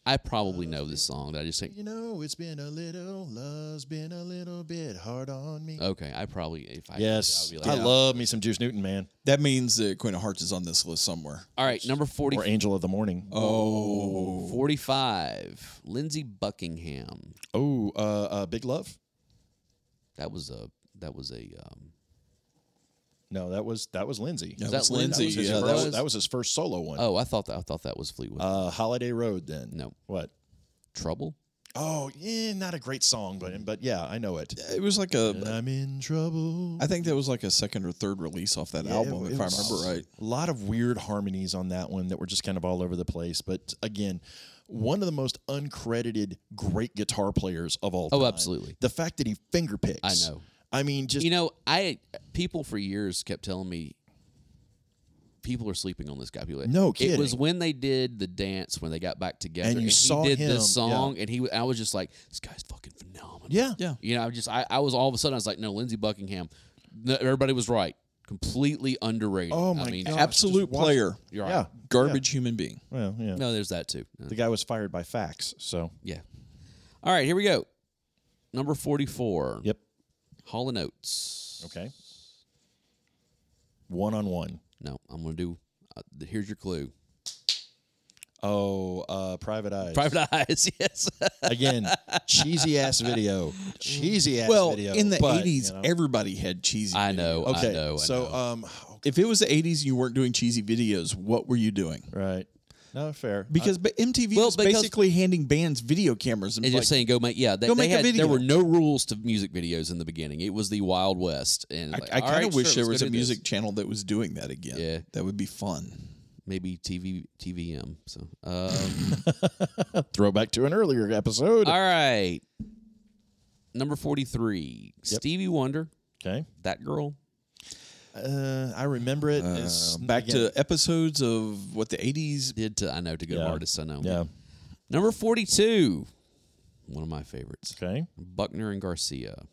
I probably know this song. That I just think
you know it's been a little love's been a little bit hard on me.
Okay, I probably if Oh, I heard it,
yes,
I'd be
I
like,
love me some Juice Newton, man,
That means that Queen of Hearts is on this list somewhere.
All right, number 40,
or Angel of the Morning.
Oh,
45, Lindsey Buckingham.
oh, uh, uh, Big Love.
That was a that was a um,
No, that was that was Lindsay.
that,
that
was
Lindsay?
Lindsay.
That was his
Yeah,
first-
that
that,
was,
was, his first solo one.
oh I thought that I thought that was Fleetwood
Uh, Holiday Road. Then
No.
what?
Trouble.
Oh, yeah, not a great song, but but yeah, I know it.
it was like a.
And I'm in trouble.
I think that was like a second or third release off that album, if I remember right.
A lot of weird harmonies on that one that were just kind of all over the place. But again, one of the most uncredited great guitar players of all
Oh,
time.
absolutely.
The fact that he finger picks.
I know.
I mean, just
You know, I people for years kept telling me people are sleeping on this guy. People,
No
It was
kidding.
when they did the dance when they got back together,
And you
he
saw
did
him, yeah.
this song, and he. I was just like, this guy's fucking phenomenal.
yeah,
Yeah.
You know, I just I, I was all of a sudden I was like, no, Lindsey Buckingham. No, everybody was right. Completely underrated.
Oh my
I mean,
gosh.
Absolute
Just watch-
player.
You're right.
yeah.
Garbage human being.
Well, yeah.
No, there's that too. Uh,
The guy was fired by fax. So
Yeah. All right, here we go. Number forty-four.
yep.
Hall and Oates.
Okay. One on one.
No, I'm gonna do. Uh, here's your clue.
Oh, uh, Private Eyes.
Private eyes. Yes.
Again, cheesy ass video. Cheesy ass
Well,
video.
in the
but,
80s,
you know.
everybody had cheesy.
I know.
Okay.
I know. I
so,
know.
um, oh,
If it was the 80s and you weren't doing cheesy videos, what were you doing?
right. No, fair.
Because but MTV
Well,
was
because-
basically handing bands video cameras and
and
like,
just saying, go make yeah. They,
go
they
make a
had,
video.
There were no rules to music videos in the beginning. It was the Wild West, and
I,
like,
I
all
kind of
right,
wish
sure,
there
let's
was
go
a
do this.
music channel that was doing that again.
Yeah.
that would be fun.
maybe TV TVM. So, um,
Uh, Throwback to an earlier episode.
all right, number forty three, Stevie Wonder,
Okay.
that girl.
Uh, I remember it. as
Back to episodes of what the 80s.
Did to I know to good
Yeah.
artists I know.
Yeah.
Number forty two, one of my favorites,
Okay.
Buckner and Garcia.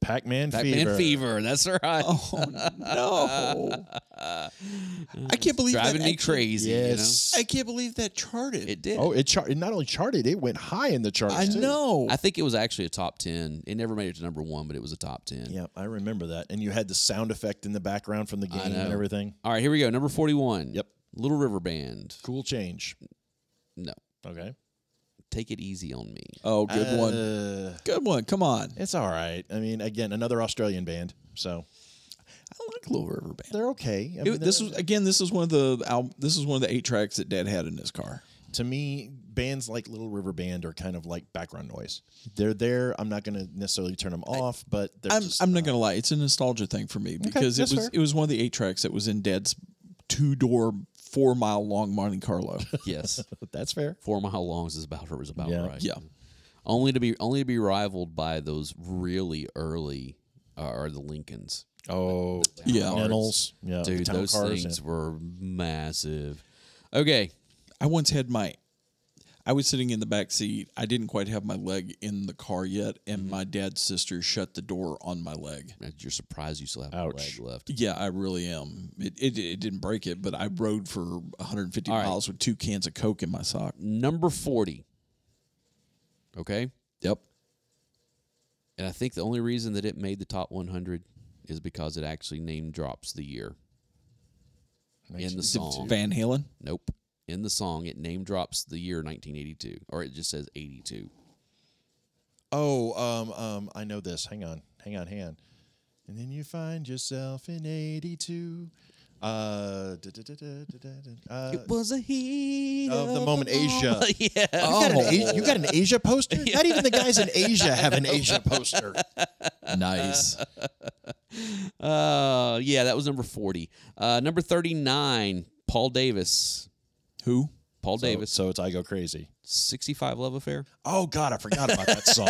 Pac Man Fever.
Pac-Man Fever. That's right.
Oh no! I can't believe that
Driving me
actually-
crazy. you know?
Yes.
I can't believe that charted.
it did.
Oh, it, char- it not only charted, it went high in the charts.
I
too.
know.
I think it was actually a top ten. It never made it to number one, but it was a top ten.
Yeah, I remember that. And you had the sound effect in the background from the game and
know.
everything.
All right, here we go. Number 41.
Yep.
Little River Band.
Cool change.
No.
Okay.
Take it easy on me.
oh, good one.
Uh,
Good one. Come on.
It's all right. I mean, again, another Australian band. So
I like Little River Band.
they're okay. I
It-
mean,
this
they're-
was again. This is one of the al- this is one of the eight tracks that Dad had in his car.
to me, bands like Little River Band are kind of like background noise. They're there. I'm not going to necessarily turn them off, but they're
I'm,
just
I'm not gonna lie, it's a nostalgia thing for me because
that's
it was
fair.
it was one of the eight tracks that was in Dad's two door four mile long Monte Carlo.
Yes.
That's fair.
Four mile longs is about is about
Yeah.
right.
yeah,
Only to be only to be rivaled by those really early uh, are the Lincolns.
Oh,
yeah.
Annals. Yeah,
Dude,
town
those
cars,
things were massive. Okay.
I once had my I was sitting in the back seat. I didn't quite have my leg in the car yet, and my dad's sister shut the door on my leg.
You're surprised you still have a
Ouch.
leg left.
Yeah, I really am. It, it it didn't break it, but I rode for 150
All right.
miles with two cans of Coke in my sock.
Number 40. Okay.
Yep.
And I think the only reason that it made the top 100 is because it actually name drops the year. In the song.
Van Halen.
Nope. In the song, it name drops the year 1982, or it just says 82.
Oh, um, um, I know this. Hang on, hang on, hang on. And then you find yourself in '82. Uh, da, da, da, da, da, da, da, uh,
was a heat
of the moment, Asia.
yeah.
You, got
Oh.
an A- you got an Asia poster? Not even the guys in Asia have an Asia poster.
Nice.
Oh.
Uh, yeah, that was number 40. Uh, number 39, Paul Davis.
Who?
Paul
So,
Davis,
so it's I go crazy.
65 Love Affair.
Oh God, I forgot about that song.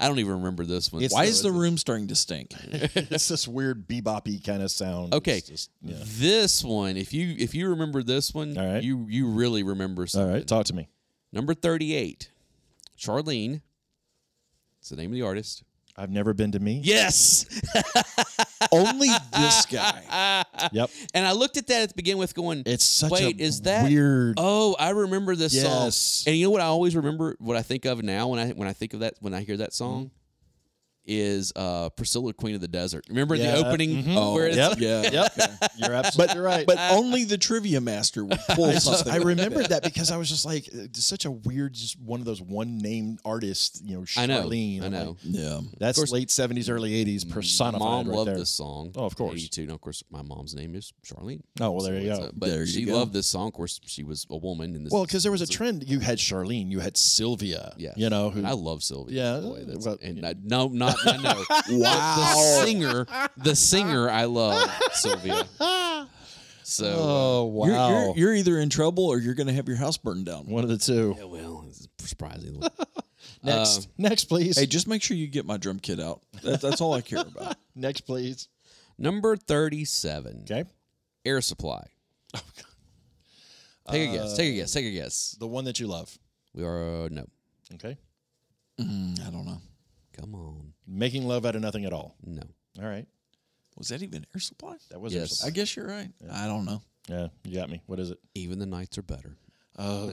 I don't even remember this one.
It's
Why is the room starting to stink?
it's this weird bebopy kind of sound.
Okay.
It's just- yeah.
This one, if you if you remember this one,
All right.
you you really remember
All
something.
right, talk to me.
Number 38, Charlene. It's the name of the artist.
I've never been to me.
Yes.
Only this guy.
Yep.
And I looked at that at the beginning with going,
It's such
Wait,
a
is that-
weird.
Oh, I remember this
Yes.
song. And you know what I always remember what I think of now when I when I think of that when I hear that song
Mm-hmm.
is uh Priscilla Queen of the Desert. Remember
Yeah. Mm-hmm.
the opening Oh, where it's
yep.
Yeah. Uh,
Yep. You're absolutely right.
But only the trivia master would pull something.
I
like
remembered that because I was just like, it's such a weird, just one of those one name artists, you know, Charlene.
I know. I
I'm
know.
like,
Yeah.
that's late 70s, early 80s personified
Mom
right
loved
there.
this song.
Oh, of course.
82. Now, of course, my mom's name is Charlene.
Oh, well, there you
It's,
go.
uh, but
There you
she
go.
loved this song. Of course, she was a woman. In this,
Well, because there was a trend. You had Charlene, you had Sylvia.
yeah,
You know, who
And I love Sylvia.
Yeah,
by the way. That's,
well,
and I, no, not I know. wow, the singer, the singer, I love Sylvia. So, uh,
Oh,
You're,
wow.
you're, you're either in trouble or you're going to have your house burned down.
one of the two.
yeah, well, it's surprisingly,
Next. Next, please.
Hey, just make sure you get my drum kit out. That, that's all I care about.
Next, please.
number thirty-seven,
Okay. Oh,
Air Supply. Take a guess. Take a
Uh,
guess. Take a guess.
The one that you love.
We are uh, no.
Okay.
I don't know.
Come on,
Making love out of nothing at all.
no.
All right.
Was that even air supply?
That was
Yes.
I
Ursula.
guess you're right. I don't know.
Yeah, you got me. What is it?
Even the nights are better. Oh.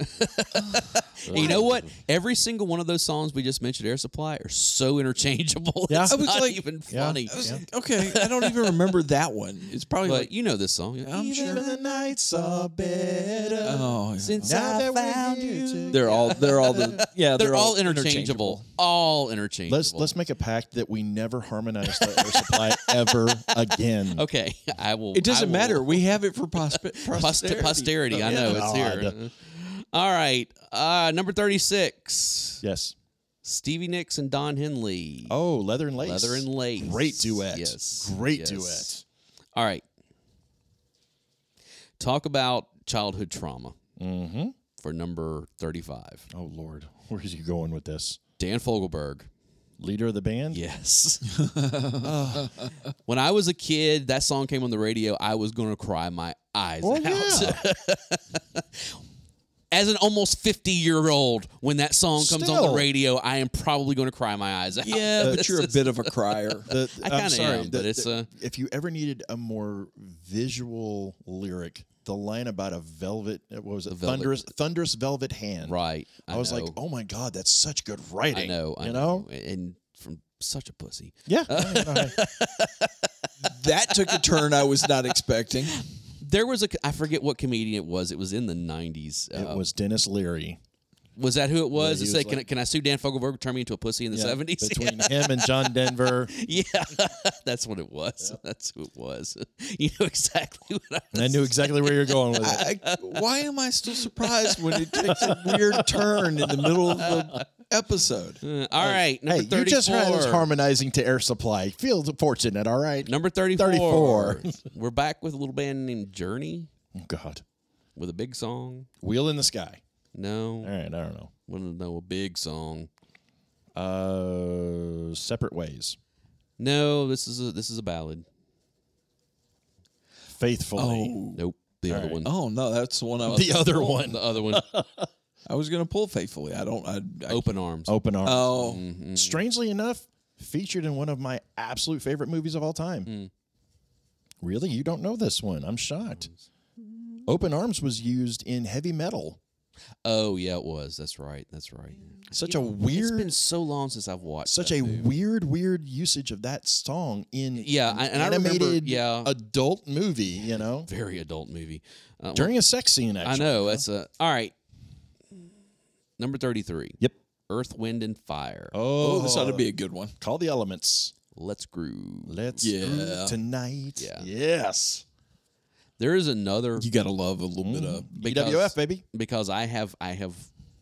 you know what? Every single one of those songs we just mentioned, Air Supply, are so interchangeable.
Yeah.
It's
I was
not
like-
even
Yeah.
funny.
I was like, okay, I don't even remember that one. It's probably
But
like,
you know this song. yeah?
I'm sure.
the nights are better.
Oh, yeah.
Since
Now
I
that we're
found
here
you.
together.
they're all they're all the yeah
They're, all interchangeable. All interchangeable.
Let's let's make a pact that we never harmonize the air supply ever again.
Okay, I will.
It doesn't
I will-
matter. We have it for posp-
Poster-
posterity.
posterity. I know it's here. All right, uh, number thirty-six.
Yes.
Stevie Nicks and Don Henley.
Oh, leather and lace.
Leather and Lace.
Great duet.
Yes.
Great
Yes.
duet.
All right. Talk about childhood trauma. Mm-hmm. For number 35,
Oh Lord, where is he going with this?
Dan Fogelberg.
Leader of the band.
Yes. when I was a kid, that song came on the radio. I was going to cry my eyes
Well,
out.
Oh, yeah.
As an almost 50 year old, when that song comes on
Still.
the radio, I am probably going to cry my eyes out.
Yeah, but
This
you're a
is-
bit of a crier.
The-
I
I'm
kinda
sorry,
am,
the-
but it's,
the-
uh,
if you ever needed a more visual lyric, the line about a velvet, what was it?
velvet-
Thunderous, thunderous velvet hand.
Right.
I, was like,
know.
oh my god, that's such good writing.
I know. I
you
know. And from such a pussy.
Yeah. I- I-
that took a turn I was not expecting.
There was a, I forget what comedian it was. It was in the 90s.
it
Uh,
was Dennis Leary.
was that who it was? It
he was
said, can, I,
like-
can I sue Dan Fogelberg, turn me into a pussy in the
Yeah,
70s?
between him and John Denver.
Yeah, that's what it was. That's who it was. You know exactly what I was.
I knew exactly where you're going with it.
I, why am I still surprised when it takes a weird turn in the middle of the episode?
Uh, all right,
Hey,
number
you
thirty-four.
just heard us harmonizing to Air Supply. Feel fortunate, all right?
number thirty-four.
34.
We're back with a little band named Journey
Oh, God.
with a big song.
Wheel in the Sky. All
No,
right, I don't know.
want to know a big song?
Uh, separate ways.
No, this is a this is a ballad.
Faithfully.
Nope, the other
right.
one.
Oh no, that's the one I was.
The other one.
The other one.
I was gonna pull faithfully. I don't. I, I
Open arms.
Open Arms.
Oh,
Mm-hmm. Mm.
Strangely enough, featured in one of my absolute favorite movies of all time.
Mm.
Really? You don't know this one? I'm shocked. Open Arms was used in heavy metal.
Oh yeah, it was. That's right. That's right.
Such a
It's
weird
been so long since I've watched
such
that
a
movie.
weird, weird usage of that song in
Yeah, I- and I remember-
animated
yeah.
adult movie, you know?
very adult movie. Uh, well,
During a sex scene,
I
actually.
know that's a all right. Number thirty-three.
Yep.
Earth, Wind, and Fire.
oh, this ought to be a good one.
Call the elements.
Let's groove.
Let's
Yeah.
groove tonight.
Yeah.
Yes.
There is another
You gotta love a little bit
Mm-hmm.
of.
because-
BWF, E baby.
because I have I have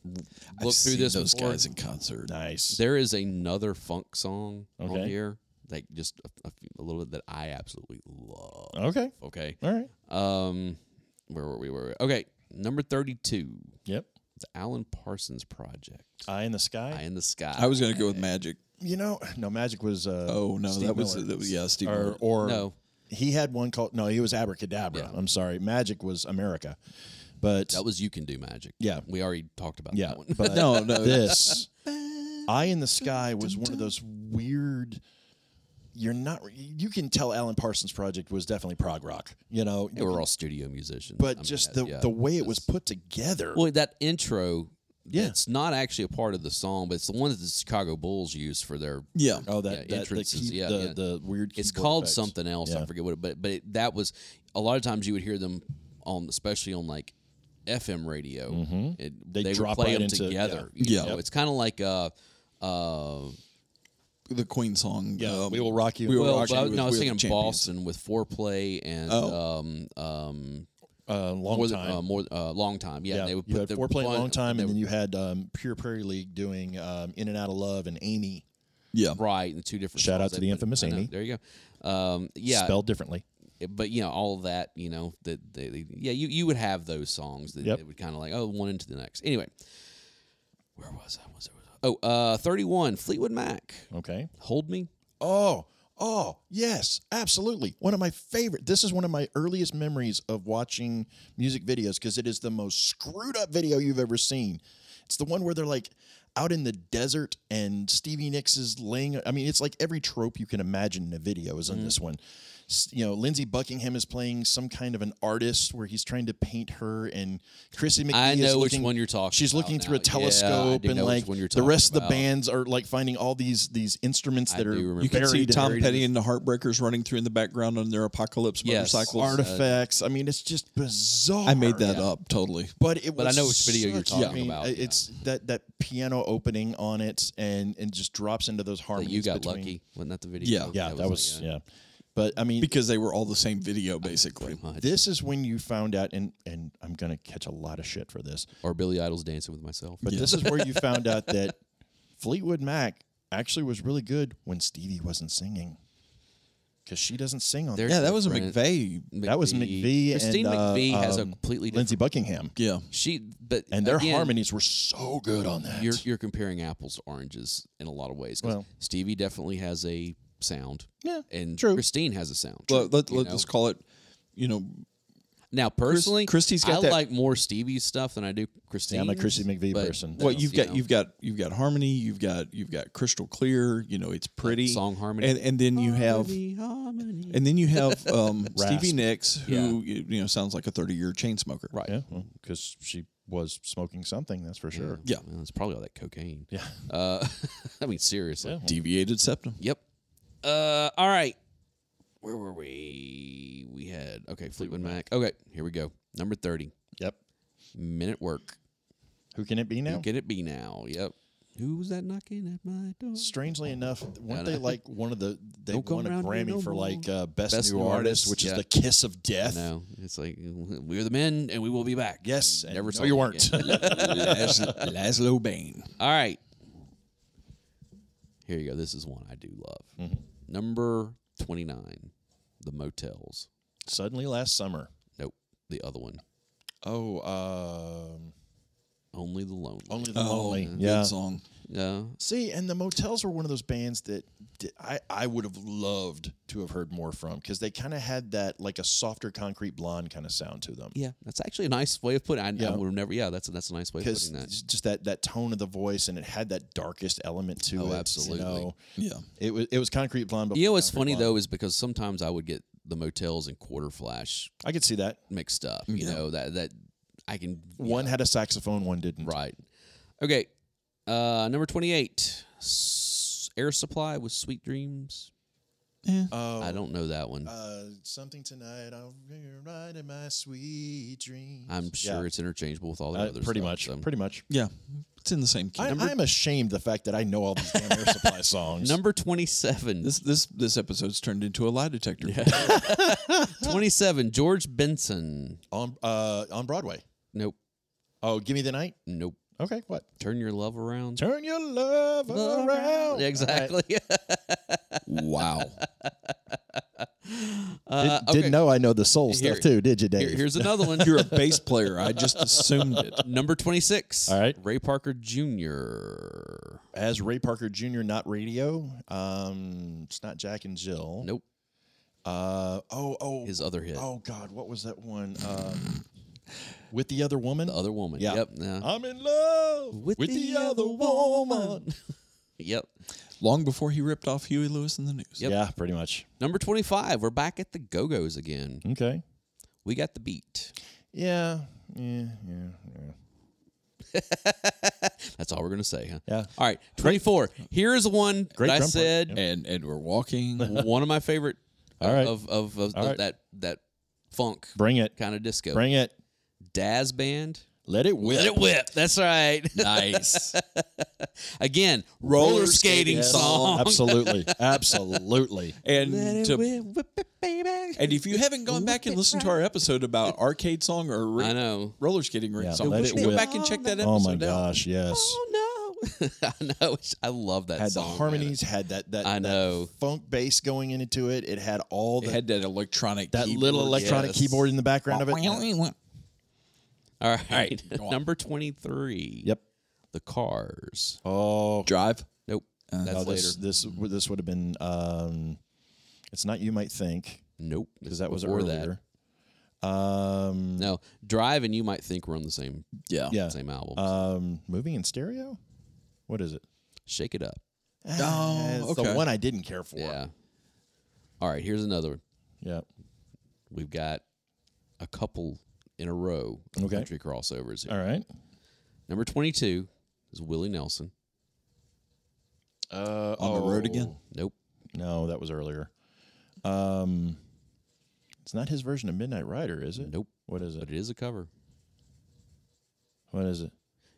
looked
I've
through
seen
this
those
before.
guys in concert.
Nice.
There is another funk song on
Okay.
here, like just a, a, few- a little bit that I absolutely love.
Oh.
Okay.
Okay,
All right.
um, where were we? Where were we? Okay, number thirty-two,
Yep.
the Alan Parsons Project,
Eye in the sky.
Eye in the Sky.
I was gonna go with Magic.
you know, no, Magic was. Uh,
Oh no,
Steve
that was,
Miller.
that was yeah, Steve.
or
Miller.
or
no,
he had one called. No, he was Abracadabra. I'm sorry. Magic was America, but
that was You Can Do Magic.
Yeah.
we already talked about
yeah.
that one.
But
no, no,
this Eye in the Sky was one of those weird. You're not. You can tell Alan Parsons' project was definitely prog rock. You know,
They were all studio musicians,
but
I mean,
just
that-
the
yeah,
the way it
that's-
was put together.
Well, that intro,
Yeah.
it's not actually a part of the song, but it's the one that the Chicago Bulls use for their.
yeah.
oh,
yeah,
that, that the,
entrances,
key,
yeah,
the,
yeah.
the weird.
It's
keyboard
called
effects.
something else. I
Yeah.
forget what it, but but it, that was a lot of times you would hear them on, especially on like FM radio. It,
Mm-hmm. They
they would
drop
play
right
them
into-
together.
yeah.
you
Yeah.
know? it's kind of like uh, uh,
the Queen song.
Yeah,
um,
we will rock you.
We will
well,
rock
but
you.
I,
with
no, I was
We Are the
thinking
Champions.
Boston with foreplay and um um
Uh, Oh. long
more than
time.
uh, more uh, long time. Yeah,
yeah,
they would
you
put
had
the
foreplay
one-
long time,
they
and
would-
then you had um, Pure Prairie League doing um, In and Out of Love and Amy,
Yeah,
right and two different.
Shout
songs
out to
they
the
put-
infamous
I know,
Amy.
There you go. Um, yeah,
spelled differently.
but you know all of that you know that they, they yeah you you would have those songs that
Yep.
it would kind of like oh one into the next anyway where was i was, I? was I? oh uh 31 fleetwood mac
Okay.
hold me
Oh, oh, yes, absolutely. One of my favorite. This is one of my earliest memories of watching music videos because it is the most screwed up video you've ever seen. It's the one where they're like out in the desert and Stevie Nicks is laying. I mean, it's like every trope you can imagine in a video is in
Mm.
this one. S- You know, Lindsey Buckingham is playing some kind of an artist where he's trying to paint her, and Chrissy McVie.
I
is
know which
looking-
one you're talking
She's
about
looking through a
now. Yeah, I
telescope,
do
and
know which
like
one you're
the rest of the
talking about.
bands are like finding all these these instruments that
do
are
remember
you can see
buried in
Tom
buried in
Petty and the Heartbreakers running through in the background on their apocalypse
Yes.
motorcycles.
Art-
artifacts. I mean, it's just bizarre.
I made that up totally.
but it.
But I
was
know which video you're
such- I
talking
mean,
about,
it- It's that that piano opening on it, and and just drops into those
that
harmonies.
you got
between-
lucky wasn't that the video
Yeah.
Yeah, that, was,
like, uh,
yeah. But I mean,
because they were all the same video basically.
pretty much.
this is when you found out, and and I'm gonna catch a lot of shit for this,
or billy idol's dancing with myself
but this is where you found out that Fleetwood Mac actually was really good when Stevie wasn't singing, because she doesn't sing on.
They're
Yeah, that was a
different.
McVeigh.
that was McVie
christine
and uh,
mcvie has a
um,
completely different
Lindsey Buckingham.
Yeah,
she but
and their
again,
harmonies were so good on that.
you're you're comparing apples to oranges in a lot of ways. 'cause
Well.
Stevie definitely has a sound.
Yeah,
And
true.
Christine has a sound.
let, let,
you
let
know?
us call it. You know,
Now personally
Christie's got
I
that-
like more Stevie's stuff than I do Christine.
Yeah, I'm a Chrissy McVie person.
well, you've got you've got you've got harmony, you've got you've got crystal clear. You know, it's pretty
song harmony.
and and then you have and then you have um, Stevie
Rasp.
Nicks, who you you know sounds like a thirty-year chain smoker. Right.
yeah, because she was smoking something. That's for sure.
Yeah.
Well, it's probably all that cocaine.
Yeah.
Uh, I mean seriously.
Deviated septum.
Yep. Uh, all right. Where were we? We had okay Fleetwood Mac. Okay, here we go. Number thirty.
Yep.
Minute work.
Who can it be now?
Who can it be now? Yep. Who was that knocking at my door?
Strangely enough, weren't
no.
they like one of the they
Don't come
won a
round here
Grammy
no
for
more.
like uh, best,
Best
new,
New
artist,
Artist,
which
yeah.
is the kiss of death.
No, it's like we're the men, and we will be back.
Yes, and
never
no,
saw
you
them
weren't.
again.
Las- Laszlo Bain.
All right, here you go. This is one I do love.
Mm-hmm.
Number twenty nine, the motels.
Suddenly last summer.
Oh, Nope, the other one.
Oh, um,
Only the lonely. Uh,
Only the
Oh,
Mm-hmm.
lonely.
yeah.
Yeah.
Good song.
Yeah.
See, and the Motels were one of those bands that d- I, I would have loved to have heard more from because they kind of had that like a softer concrete blonde kind of sound to them.
Yeah, that's actually a nice way of putting. It. I,
Yeah.
I would have never. Yeah, that's that's a nice way of
Because
putting that.
just that that tone of the voice and it had that darkest element to it.
Oh,
you
absolutely.
know.
Yeah.
It was it was concrete blonde. But
You know what's
Concrete
funny
Blonde.
though is because sometimes I would get the motels and quarter flash
I could see that
mixed up. You know that that I can
one had a saxophone, one didn't.
right. Okay, uh, number twenty eight, S- Air Supply with Sweet Dreams.
Oh,
I don't know that one.
Uh, something tonight. I'll be right in my sweet dreams.
I'm
Yeah.
sure it's interchangeable with all the
Uh,
other
pretty
stuff,
much.
so.
Pretty much.
Yeah. It's in the same key.
I, I'm ashamed the fact that I know all these damn Air Supply songs.
Number 27.
this this this episode's turned into a lie detector.
27, George Benson.
on uh on Broadway.
Nope.
Oh, give me the night.
Nope.
Okay, what?
Turn your love around.
Turn your love around.
Yeah, exactly.
Wow.
Uh,
Did,
okay.
Didn't know I know the soul
Here-
stuff too, did you, Dave?
Here- here's another one.
You're a bass player. I just assumed it.
Number 26.
All right.
Ray Parker Jr.
As Ray Parker Jr. Not radio. Um, it's not Jack and Jill.
Nope.
Uh oh oh
His other hit.
oh God, what was that one? Um, with the other woman.
The other woman.
Yeah.
Yep. yeah.
I'm in love with, the, other woman.
Yep.
Long before he ripped off Huey Lewis in the news.
Yep.
Yeah, pretty much.
Number 25. We're back at the Go Go's again.
Okay.
We got the beat.
Yeah. Yeah. Yeah. Yeah.
That's all we're going to say, huh?
Yeah.
All right. 24. Here's one
Great
that I
drum part.
said
And and we're walking.
one of my favorite
All right.
of of, of
All right.
that that funk
Bring it.
kind of disco.
Bring it.
Daz band.
Let it whip.
Let it whip. That's right.
nice.
Again, roller, skating
Yes.
song.
Absolutely. Absolutely.
And to,
Whip, whip it, baby.
and if you haven't gone back and listened to our episode about arcade song or ri-
I know.
roller skating ring
Yeah,
song,
let
we
it
should go
whip.
back and check that episode
Oh my
out.
gosh, yes.
Oh no. I know. It's- I love that
Had the
song. man.
harmonies, had that that
I
that
know.
funk bass going into it. It had all
It
the,
had that electronic
that
keyboard.
little electronic
yes.
keyboard in the background of it.
All right.
go on.
Number 23.
Yep.
The Cars.
Oh,
drive.
Nope. That's
Uh, no,
later.
this this would- this would have been. Um, it's not you might think
nope.
because that was
Before
earlier. Um,
That. No. Drive and you might think we're on the same
Yeah.
yeah.
same album.
Um, moving in stereo. What is it?
Shake it up.
Oh, it's
okay.
the one I didn't care for.
Yeah. All right, here's another one.
Yep.
We've got a couple in a row of
Okay.
country crossovers. here.
All right.
Number 22 is Willie Nelson.
Uh,
On the road again?
Nope.
No, that was earlier. Um, it's not his version of Midnight Rider, is it?
Nope.
What is
But
it?
it is a cover.
What is it?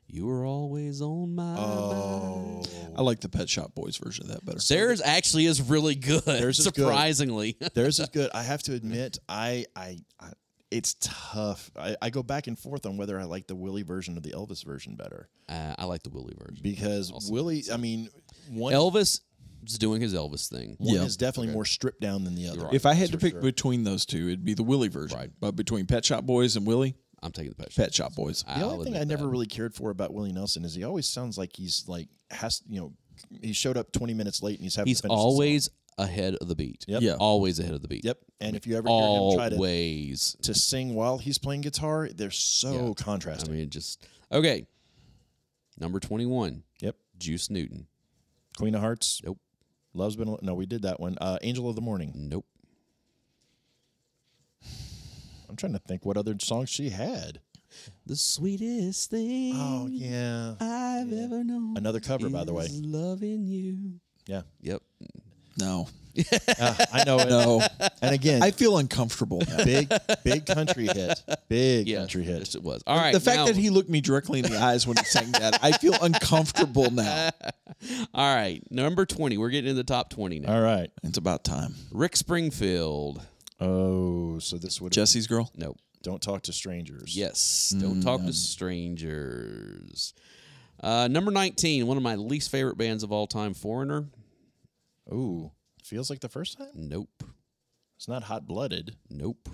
You were always on my
Oh.
mind.
I like the Pet Shop Boys version of that better.
Theirs actually is really good,
is good.
surprisingly.
Theirs is good. I have to admit, I, I, I it's tough. I, I go back and forth on whether I like the Willie version or the Elvis version better
uh, I like the Willie version.
because Willie, I mean, one,
Elvis is doing his Elvis thing.
one
Yeah.
is definitely more stripped down than the other.
right.
If I had to pick between those two, it'd be the Willie version. But between Pet Shop Boys and Willie,
I'm taking the pet.
Pet Shop Boys.
The only thing I never really cared for about Willie Nelson is he always sounds like he's like has you know he showed up twenty minutes late and he's having to
He's
finish the song.
always ahead of the beat.
Yep.
Yeah.
Always ahead of the beat.
yep. And if you ever hear him try to
Always.
to sing while he's playing guitar, they're so contrasting.
I mean, just okay. Number twenty-one,
yep.
Juice Newton.
Queen of Hearts.
Nope.
Love's been. Al- No, we did that one. Uh, Angel of the Morning.
Nope.
I'm trying to think what other songs she had.
The sweetest thing
Oh, yeah.
I've ever known.
Another cover, by the way.
is Loving you.
Yeah.
Yep.
No,
Uh, I know it.
no.
And again,
I feel uncomfortable. Now.
big, big country hit. Big
Yeah.
country
Yes,
hit.
it was. All right.
the fact
now-
that he looked me directly in the eyes when he sang that, I feel uncomfortable now.
All right. Number twenty. We're getting in the top twenty now.
All right.
It's about time.
Rick Springfield.
Oh, so this would.
Jesse's girl.
Nope.
Don't talk to strangers.
Yes. Don't
Mm,
talk to strangers. Uh, number nineteen. One of my least favorite bands of all time. Foreigner.
Ooh, feels like the first time.
Nope.
It's not hot blooded.
Nope.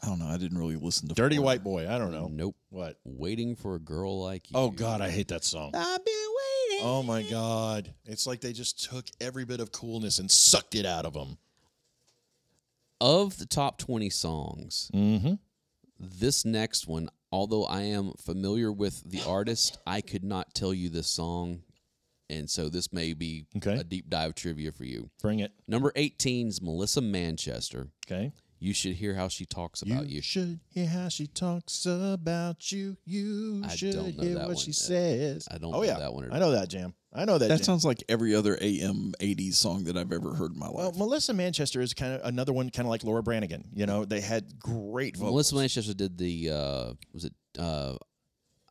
I don't know. I didn't really listen to
Dirty
Florida.
White Boy. I don't know.
Nope.
What?
Waiting for a girl like you.
Oh God, I hate that song.
I've been waiting.
Oh my God. It's like they just took every bit of coolness and sucked it out of them.
Of the top 20 songs,
Mm-hmm.
this next one, although I am familiar with the artist, I could not tell you this song. And so this may be
Okay.
a deep dive trivia for you.
Bring it.
Number 18's Melissa Manchester.
Okay.
You should hear how she talks about you.
should hear how she talks about you. You
I
should
don't know
hear
that
what
one.
she says.
I don't
oh,
know
yeah.
that one at
I know that jam. I know that.
That
jam.
sounds like every other AM 80s song that I've ever heard in my life.
Well, Melissa Manchester is kind of another one, kind of like Laura Branigan. You know, they had great vocals.
Melissa Manchester did the uh was it uh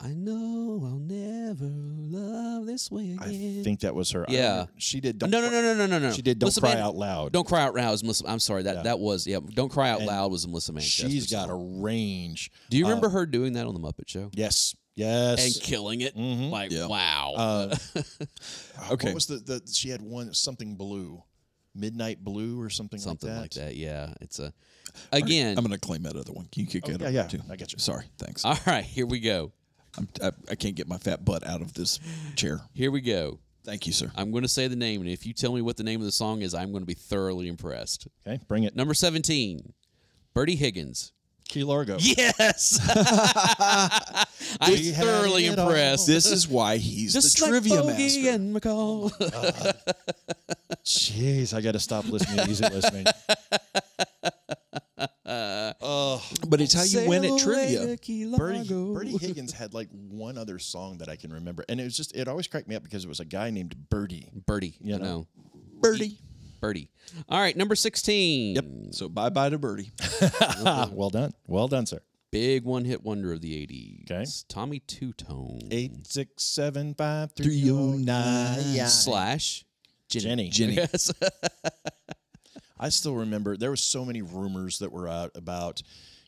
I know I'll never love this way
I
again.
think that was her. I don't
Yeah.
remember. she did.
no
Don't
no no no no no no.
She did. Don't
Melissa
cry
Man-
out loud.
Don't cry out loud. Was Melissa, I'm sorry. That
Yeah.
that was yeah. Don't cry out
And
loud was a Melissa Manchester.
She's got a
song.
range.
Do you
uh,
remember her doing that on the Muppet Show
Yes. Yes.
and killing it?
Mhm.
Like
Yeah.
wow.
Uh,
Okay.
What was the, the she had one something blue, midnight blue or something,
Something
like that.
like that. Yeah. It's a again.
I'm going to claim that other one. Can you kick it
yeah,
over
yeah.
too?
I got you.
Sorry. Thanks.
all right. Here we go.
I'm, I, I can't get my fat butt out of this chair.
Here we go.
Thank you, sir.
I'm going to say the name, and if you tell me what the name of the song is, I'm going to be thoroughly impressed.
Okay, bring it.
Number 17, Bertie Higgins.
Key Largo.
Yes. I was
We had
thoroughly
it all.
impressed.
This is why he's
Just
the
like
trivia
Bogey
master.
and McCall.
Jeez, I got to stop listening to music listening.
but it's how you win at trivia.
Bertie, Bertie Higgins had like one other song that I can remember, and it was just it always cracked me up because it was a guy named Birdie.
Birdie.
You
You
know.
know.
Birdie.
Birdie. All right, number 16. Yep.
So bye bye to Birdie.
Ah, well done, well done, sir.
Big one hit wonder of the 80s.
Okay.
Tommy Two Tone.
Eight six seven five three oh
309.
nine.
Slash
Jenny.
Jenny.
Yes.
I still remember there was so many rumors that were out about,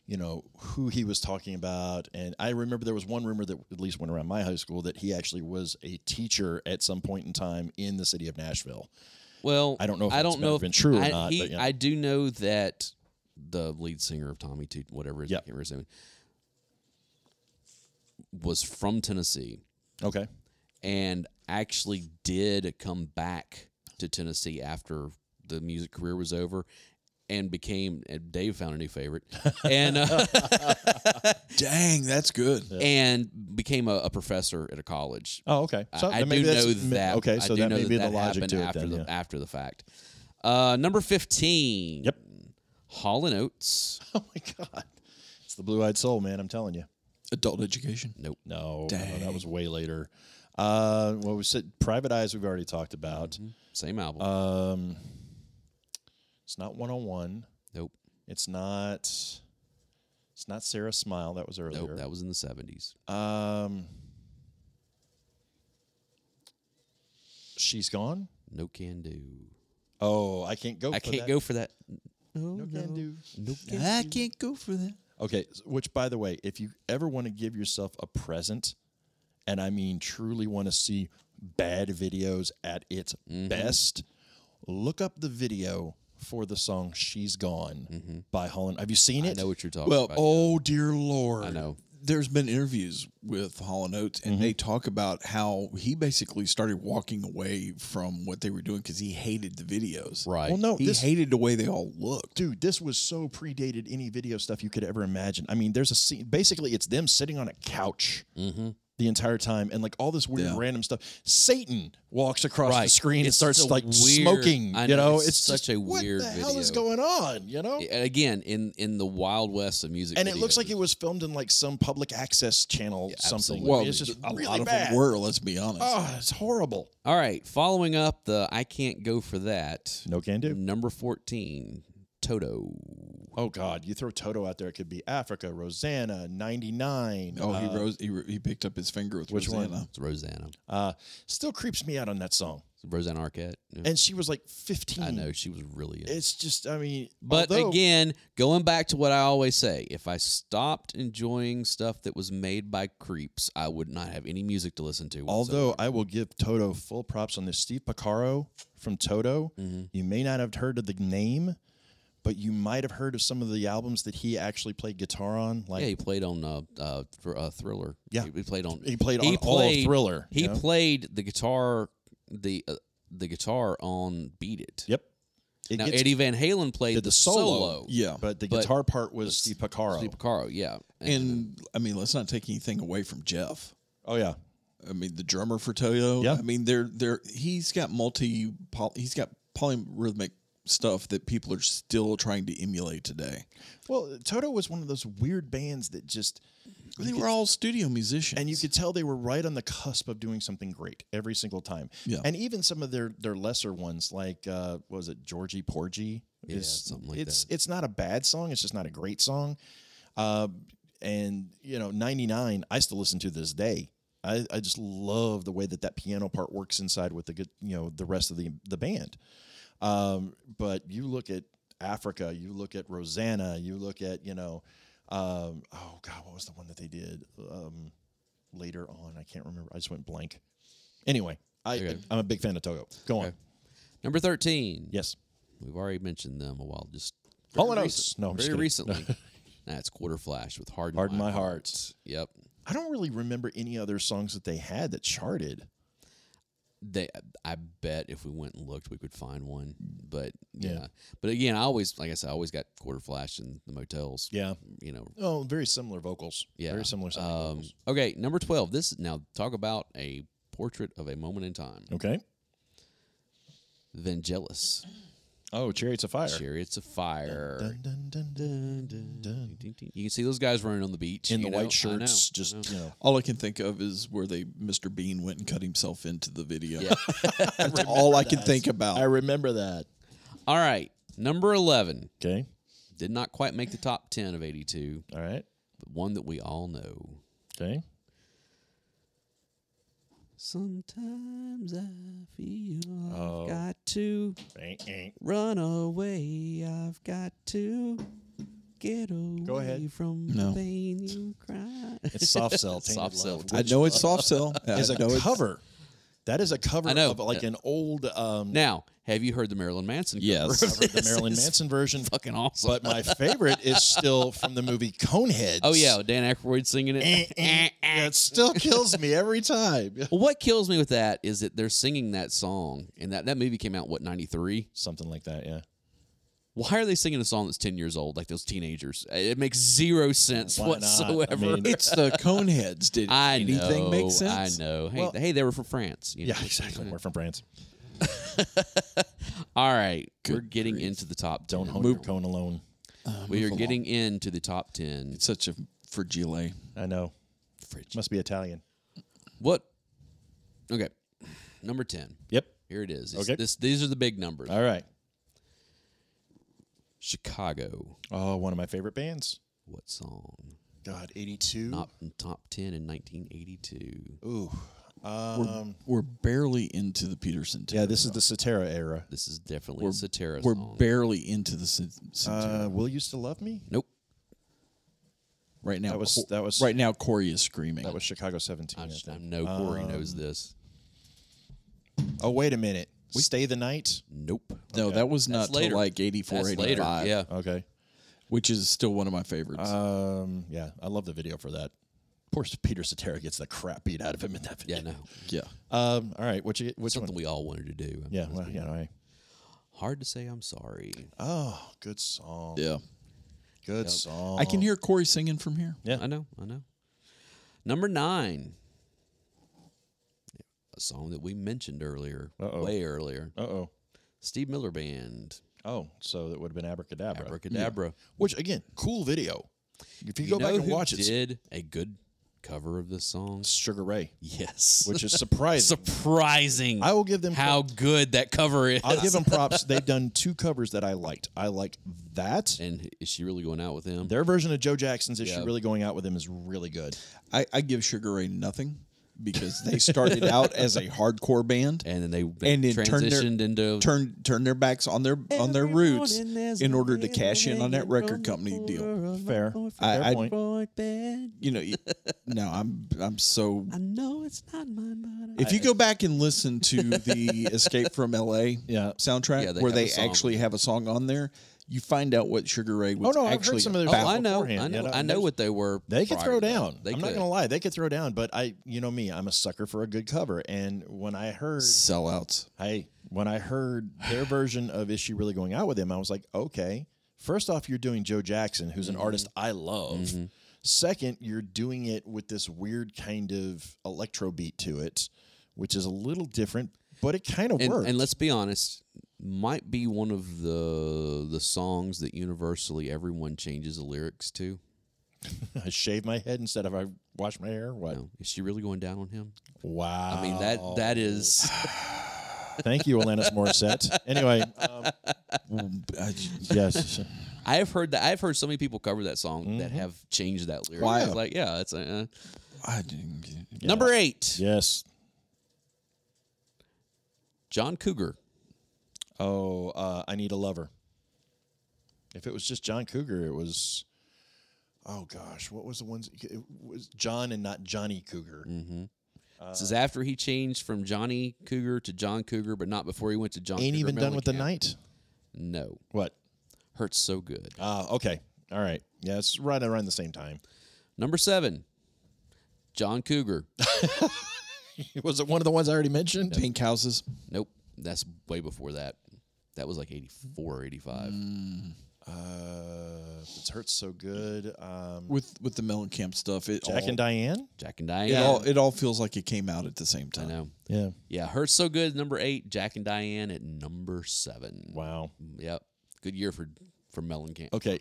you know, who he was talking about, and I remember there was one rumor that at least went around my high school that he actually was a teacher at some point in time in the city of Nashville.
Well,
I don't know if
I
that's
don't know
ever
if
been true or
I,
not,
he-
but, you know.
I do know that the lead singer of Tommy Two, whatever his
Yep.
name is, was from Tennessee
Okay.
and actually did come back to Tennessee after the music career was over and became and Dave found a new favorite and uh,
Dang, that's good.
and became a, a professor at a college
Oh, okay.
I-
So
I,
then maybe
do
that's-
know
m-
that.
Okay,
I
so
do
that
know
may be the logic
happened
to it.
after
then,
the
yeah.
after the fact. Uh, number fifteen.
Yep.
Hall and Oates.
Oh my God, it's the blue-eyed soul, man. I'm telling you.
Adult education.
No, no, that was way later. Uh, well, we said private eyes. We've already talked about.
Same album.
Um, it's not one on one.
nope.
It's not. It's not Sarah Smile. That was
Nope.
earlier.
That was in the seventies.
um, she's gone.
No can do.
Oh, I can't go.
I
for
can't
that.
go for that. No,
No can do.
No can.
I can't go for that.
Okay, s- which by the way, if you ever want to give yourself a present, and I mean truly want to see bad videos at its
Mm-hmm.
best, look up the video for the song "She's Gone" by Holland. Have you seen
Mm-hmm. I
it?
know what you're talking
Well,
about.
oh dear lord.
I know.
There's been interviews with Hall and Oates, and they
Mm-hmm.
talk about how he basically started walking away from what they were doing because he hated the videos.
Right.
Well, no,
He
this
hated the way they all looked.
dude, this was so predated any video stuff you could ever imagine. I mean, there's a scene. Basically, it's them sitting on a couch. The entire time, and like all this weird
Yeah.
random stuff. Satan walks across the
Right.
screen
It's
and starts
such a
like
weird-
smoking.
I
you
know,
know,
it's
it's,
such
just,
a
What
weird
the hell is
video.
going on? You know,
And again, in in the wild west of music,
Oh. and it looks like
videos.
it was filmed in like some public access channel something.
absolutely.
I mean,
Well,
it's just
a
really
lot of
bad.
them were, let's be honest.
Oh, it's horrible.
All right. Following up the I can't go for that.
No can do.
Number fourteen. Toto.
Oh God, you throw Toto out there, it could be Africa, Rosanna, ninety nine.
oh, he rose. He, he picked up his finger with
Uh, which one?
Rosanna.
It's Rosanna.
uh, still creeps me out on that song.
Rosanna Arquette.
And she was like fifteen.
I know she was really. Into
It's just, I mean,
But
although-
again, going back to what I always say, if I stopped enjoying stuff that was made by creeps, I would not have any music to listen to. whatsoever.
Although I will give Toto full
Mm-hmm.
props on this. Steve Picaro from Toto, you may not have heard of the name, but you might have heard of some of the albums that he actually played guitar on. Like
yeah, he played on uh, uh, thr- uh Thriller.
Yeah.
he, he played on.
He played on all of Thriller,
He
you know?
played the guitar, the uh, the guitar on Beat It.
yep, it
Now
gets-
Eddie Van Halen played the,
did the
solo.
solo,
Yeah.
but the
but-
guitar part was Steve Picaro.
Steve Picaro, yeah,
and I mean, let's not take anything away from Jeff.
oh yeah,
I mean, the drummer for Toyo.
Yeah.
I mean, they're they're he's got multi poly, he's got polyrhythmic stuff that people are still trying to emulate today.
Well, Toto was one of those weird bands that just
They were all studio musicians,
and you could tell they were right on the cusp of doing something great every single time.
Yeah.
And even some of their their lesser ones, like uh, what was it Georgie Porgy?
Yeah, something like
it's, It's not a bad song. It's just not a great song. Uh, and you know, ninety nine, I still listen to this day. I, I just love the way that that piano part works inside with the good, you know, the rest of the the band. Um, but you look at Africa, you look at Rosanna, you look at you know, um, oh god, what was the one that they did um, later on? I can't remember. I just went blank. Anyway, I
Okay.
I'm a big fan of Togo. Go on.
Okay. number thirteen.
Yes.
we've already mentioned them a while. Just
Hall and
very
Oates.
recent-
No, I'm just
very
kidding.
recently. That's Quarter Flash with Hard.
Pardon my
heart.
heart.
Yep.
I don't really remember any other songs that they had that charted.
they i bet if we went and looked we could find one but yeah,
Yeah.
but again i always like i said i always got quarter flash in the motels
Yeah.
you know
Oh, very similar vocals.
yeah
Very similar sounding
um
vocals.
okay number 12 this now talk about a portrait of a moment in time
Okay.
vangelis
Oh, Chariots of Fire.
chariots of fire
Dun, dun, dun, dun, dun, dun.
you can see those guys running on the beach
In
you
the
know?
white
I know,
shirts,
I
just
know.
you know,
all I can think of is where they Mr. Bean went and cut himself into the video.
Yeah.
That's all I can think about.
I remember that.
all right number 11
Okay,
did not quite make the top 10 of 82
all right,
but one that we all know
okay.
Sometimes I feel I've
Oh.
got to run away. I've got to get away
Go ahead.
from
No.
the pain you cry.
It's soft cell. Tainted
Soft Cell,
Love,
I
which
know it's soft cell.
is
I
a
know it's-
cover. That is a cover
I know.
of like an old um,
Now, have you heard the Marilyn Manson? cover?
Yes.
cover of the Marilyn Manson version.
fucking awesome.
But my favorite is still from the movie Coneheads.
oh yeah, Dan Aykroyd singing
Eh,
it.
eh, eh. it still kills me every time.
well, what kills me with that is that they're singing that song, and that that movie came out what ninety three.
Something like that, yeah.
Why are they singing a song that's ten years old, like those teenagers? It makes zero sense
Why not? I
whatsoever.
mean-
It's the Coneheads. Did
I
anything
know,
make sense?
I know. Hey,
Well-
hey, they were from France. you
Yeah,
know.
exactly. We're from France.
All right, we're getting into the top. 10.
Don't hone your cone alone.
We are getting into the top ten.
It's such a fragile.
I know. Must be Italian.
What? Okay, number ten.
Yep.
Here it is. It's-
Okay.
this- these are the big numbers.
All right.
Chicago.
Oh, one of my favorite bands.
What song?
God, 82.
Not in top ten in 1982.
Ooh. uh,
We're barely into the Peterson.
Yeah,
Terror.
this is the Satara era.
This is definitely a Satara
We're
song.
barely into the Sin- Sin-
Uh, Will You Still Love Me?
nope.
right now.
that was-
Cor-
that was-
right now. Corey is screaming.
That was Chicago 17.
I,
I
just, I
think. Um,
know Corey knows this.
oh, wait a minute. We Stay the Night?
Nope.
no, that was not
That's
till
later.
like 84,
That's
85,
later. Yeah.
Okay.
which is still one of my favorites.
Um, yeah, I love the video for that. Of course, Peter Satara gets the crap beat out of him in that video.
Yeah. No.
yeah,
Um, all right. What you, which
Something
one?
we all wanted to do.
yeah, well, yeah, all right.
Hard to say. I'm sorry.
Oh, good song.
yeah.
Good song.
I can hear Corey singing from here.
Yeah.
I know, I know. Number nine, a song that we mentioned earlier,
Uh-oh.
way earlier.
Uh oh.
Steve Miller Band,
Oh, so that would have been Abracadabra.
Abracadabra.
Which again, cool video. If Uh, you,
You
go
know
back and
who
watch it,
did a good cover of this song?
it's Sugar Ray,
Yes,
which is surprising.
surprising.
I will give them
how good that cover is.
I'll give them props. They've done two covers that I liked. I liked that.
and is she really going out with him?
Their version of Joe Jackson's "Is She
Yeah.
Really Going Out with Him" is really good.
I, I give Sugar Ray nothing because they started out as a hardcore band
and then they
and then turned their-
transitioned into
turn turn their backs on their on their roots in order to cash in on that record company deal.
Fair.
I-
Oh, Fair
I-
point.
You know, y- no, I'm I'm so.
know it's not mine, but
If you go back and listen to the Escape from L.A.
Yeah.
soundtrack
Yeah, they
where
have a
they
song.
actually have a song on there, you find out what Sugar Ray was
Oh, no, I've heard
actually
some of their
about.
Oh, I know,
beforehand,
I
you
know,
know,
I
and
know
there's-
what they were.
They could
prior
throw
to that.
down.
They
I'm not
could.
gonna lie, they could throw down. But I, you know me, I'm a sucker for a good cover. And when I heard,
sellouts.
hey, when I heard their version of "Is She Really Going Out with Him," I was like, okay. First off, you're doing Joe Jackson, who's
Mm-hmm.
an artist I love. Second, you're doing it with this weird kind of electro beat to it, which is a little different, but it kind of
And,
works.
and let's be honest, might be one of the the songs that universally everyone changes the lyrics to.
I shave my head instead of I wash my hair.
You
What?
know, is she really going down on him?
Wow.
I mean that
Oh.
that is
Thank you, Alanis Morissette. Anyway, um,
Uh,
yes.
I have heard that I've heard so many people cover that song that have changed that lyric.
Mm-hmm. Why?
It's like yeah, it's uh,
I didn't get-
uh number eight.
Yes.
John Cougar.
Oh, uh, I need a lover. If it was just John Cougar, it was. Oh gosh, what was the ones? It was John and not Johnny Cougar.
this is after he changed from Johnny Cougar to John Cougar, but not before he went to John.
Ain't
Cougar
even done with the
Mellencamp.
night.
No,
What?
hurts so good.
Uh, okay. All right. Yeah, it's right around the same time.
Number seven, John Cougar.
was it one of the ones I already mentioned?
pink houses.
Nope. That's way before that. That was like 84 or 85.
Mm. Uh, it hurts so good. Um,
with with the Mellencamp stuff. It
Jack
all,
and Diane.
Jack and Diane.
It all it all feels like it came out at the same
I
time.
know.
Yeah.
Yeah, Hurts So Good, number eight. Jack and Diane at number seven.
Wow. Oh,
Yep. Good year for, for Mellencamp.
Okay,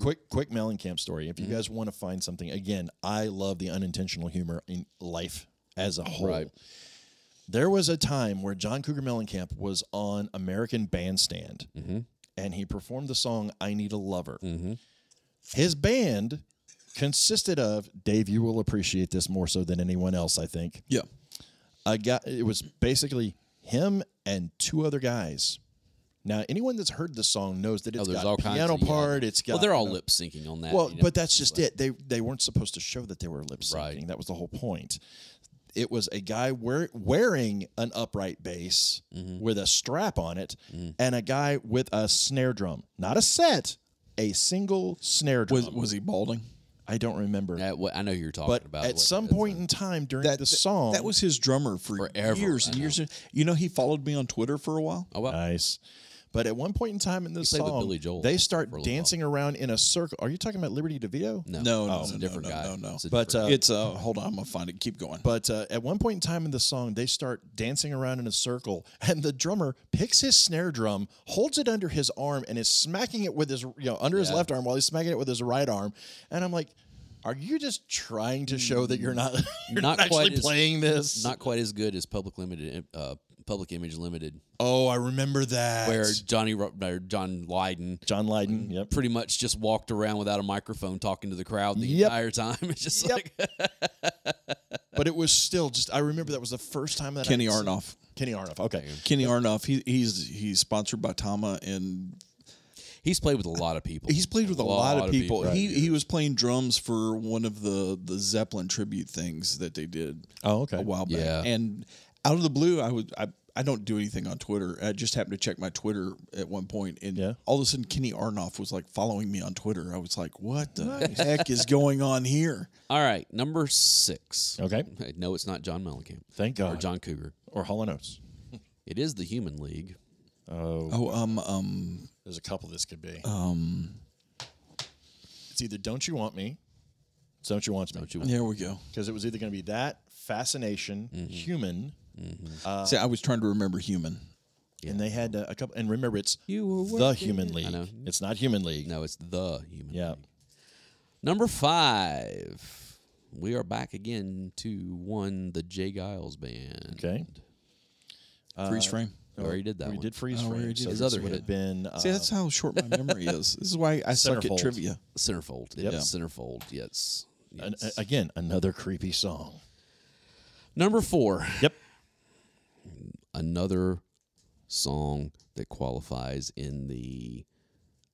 quick quick Mellencamp story. If you guys want to find something, again, I love the unintentional humor in life as a whole.
Right.
There was a time where John Cougar Mellencamp was on American Bandstand, and he performed the song "I Need a Lover." His band consisted of Dave. You will appreciate this more so than anyone else, I think.
Yeah.
I got it was basically him and two other guys. Now, anyone that's heard the song knows that
Oh,
it's
there's
got
all kinds
piano
of- yeah.
part. It's got
Well, they're all
you know,
lip syncing on that.
well,
you know.
but that's just it. They they weren't supposed to show that they were lip syncing.
Right.
That was the whole point. It was a guy wear, wearing an upright bass
Mm-hmm.
with a strap on it, and a guy with a snare drum, not a set, a single snare drum.
Um,
Was was he balding?
I don't remember.
That- what- I know who you're talking
but
about.
at
What-
some
that's
point in time during the
th-
song,
that was his drummer for
Forever,
years
I
and
know.
years. and- You know, he followed me on Twitter for a while.
Oh, well.
nice. But at one point in time in this
played with
song,
Billy Joel
they start
for a little
dancing around in a circle. Are you talking about Liberty DeVito?
No,
No, no,
Oh, it's a
no,
different
no,
guy.
no, no.
It's a
But,
different-
uh,
It's uh hold on, I'm gonna find it. Keep going.
But uh, at one point in time in the song, they start dancing around in a circle, and the drummer picks his snare drum, holds it under his arm, and is smacking it with his you know under his left arm while he's smacking it with his right arm. And I'm like, are you just trying to show that you're not you're
Not
not,
quite
actually
as-
playing this?
not quite as good as Public Limited, uh, Public Image Limited,
oh, I remember that.
where Mm-hmm. Johnny Ro- or John Lydon
John Lydon? Yep.
pretty much just walked around without a microphone talking to the crowd the
Yep.
entire time. It's just
Yep.
like
But it was still just. I remember that was the first time that I
Kenny
had seen-
Arnoff.
Kenny Arnoff. Okay.
Kenny Arnoff, he, he's he's sponsored by Tama, and
he's played with a lot of people.
he's played with a, lot, of people.
Right.
He he was playing drums for one of the the Zeppelin tribute things that they did.
Oh, okay.
a while back.
Yeah.
And out of the blue, I would I, I don't do anything on Twitter. I just happened to check my Twitter at one point, and
Yeah.
all of a sudden Kenny Arnoff was like following me on Twitter. I was like, "What the heck is going on here?"
All right, number six.
Okay.
No, it's not John Mellencamp
Thank God.
or John Cougar.
or Hollow Notes.
It is the Human League.
Oh, um, um,
There's a couple this could be.
Uh-huh.
Um, it's either "Don't You Want Me," it's "Don't You Want Me,"
there we go.
because it was either going to be that fascination,
Mm-hmm.
human, Uh,
See, I was trying to remember human.
and they had uh, a couple. And remember, it's
You were
the
working
Human
it.
League.
I know.
It's not Human League.
No, it's the Human
Yeah.
League. Number five. We are back again to one, the Jay Giles band.
Okay. uh,
Freeze frame.
We already did that
we
one.
did freeze
Oh, we
frame.
already did
so
His
this
other
would
hit.
have been. Uh,
See, that's how short my memory is. This is why I suck at
Centerfold.
trivia.
Centerfold. It
Yep.
is Centerfold. Yes.
an-
Yes.
a- again another creepy song.
Number four.
Yep.
Another song that qualifies in the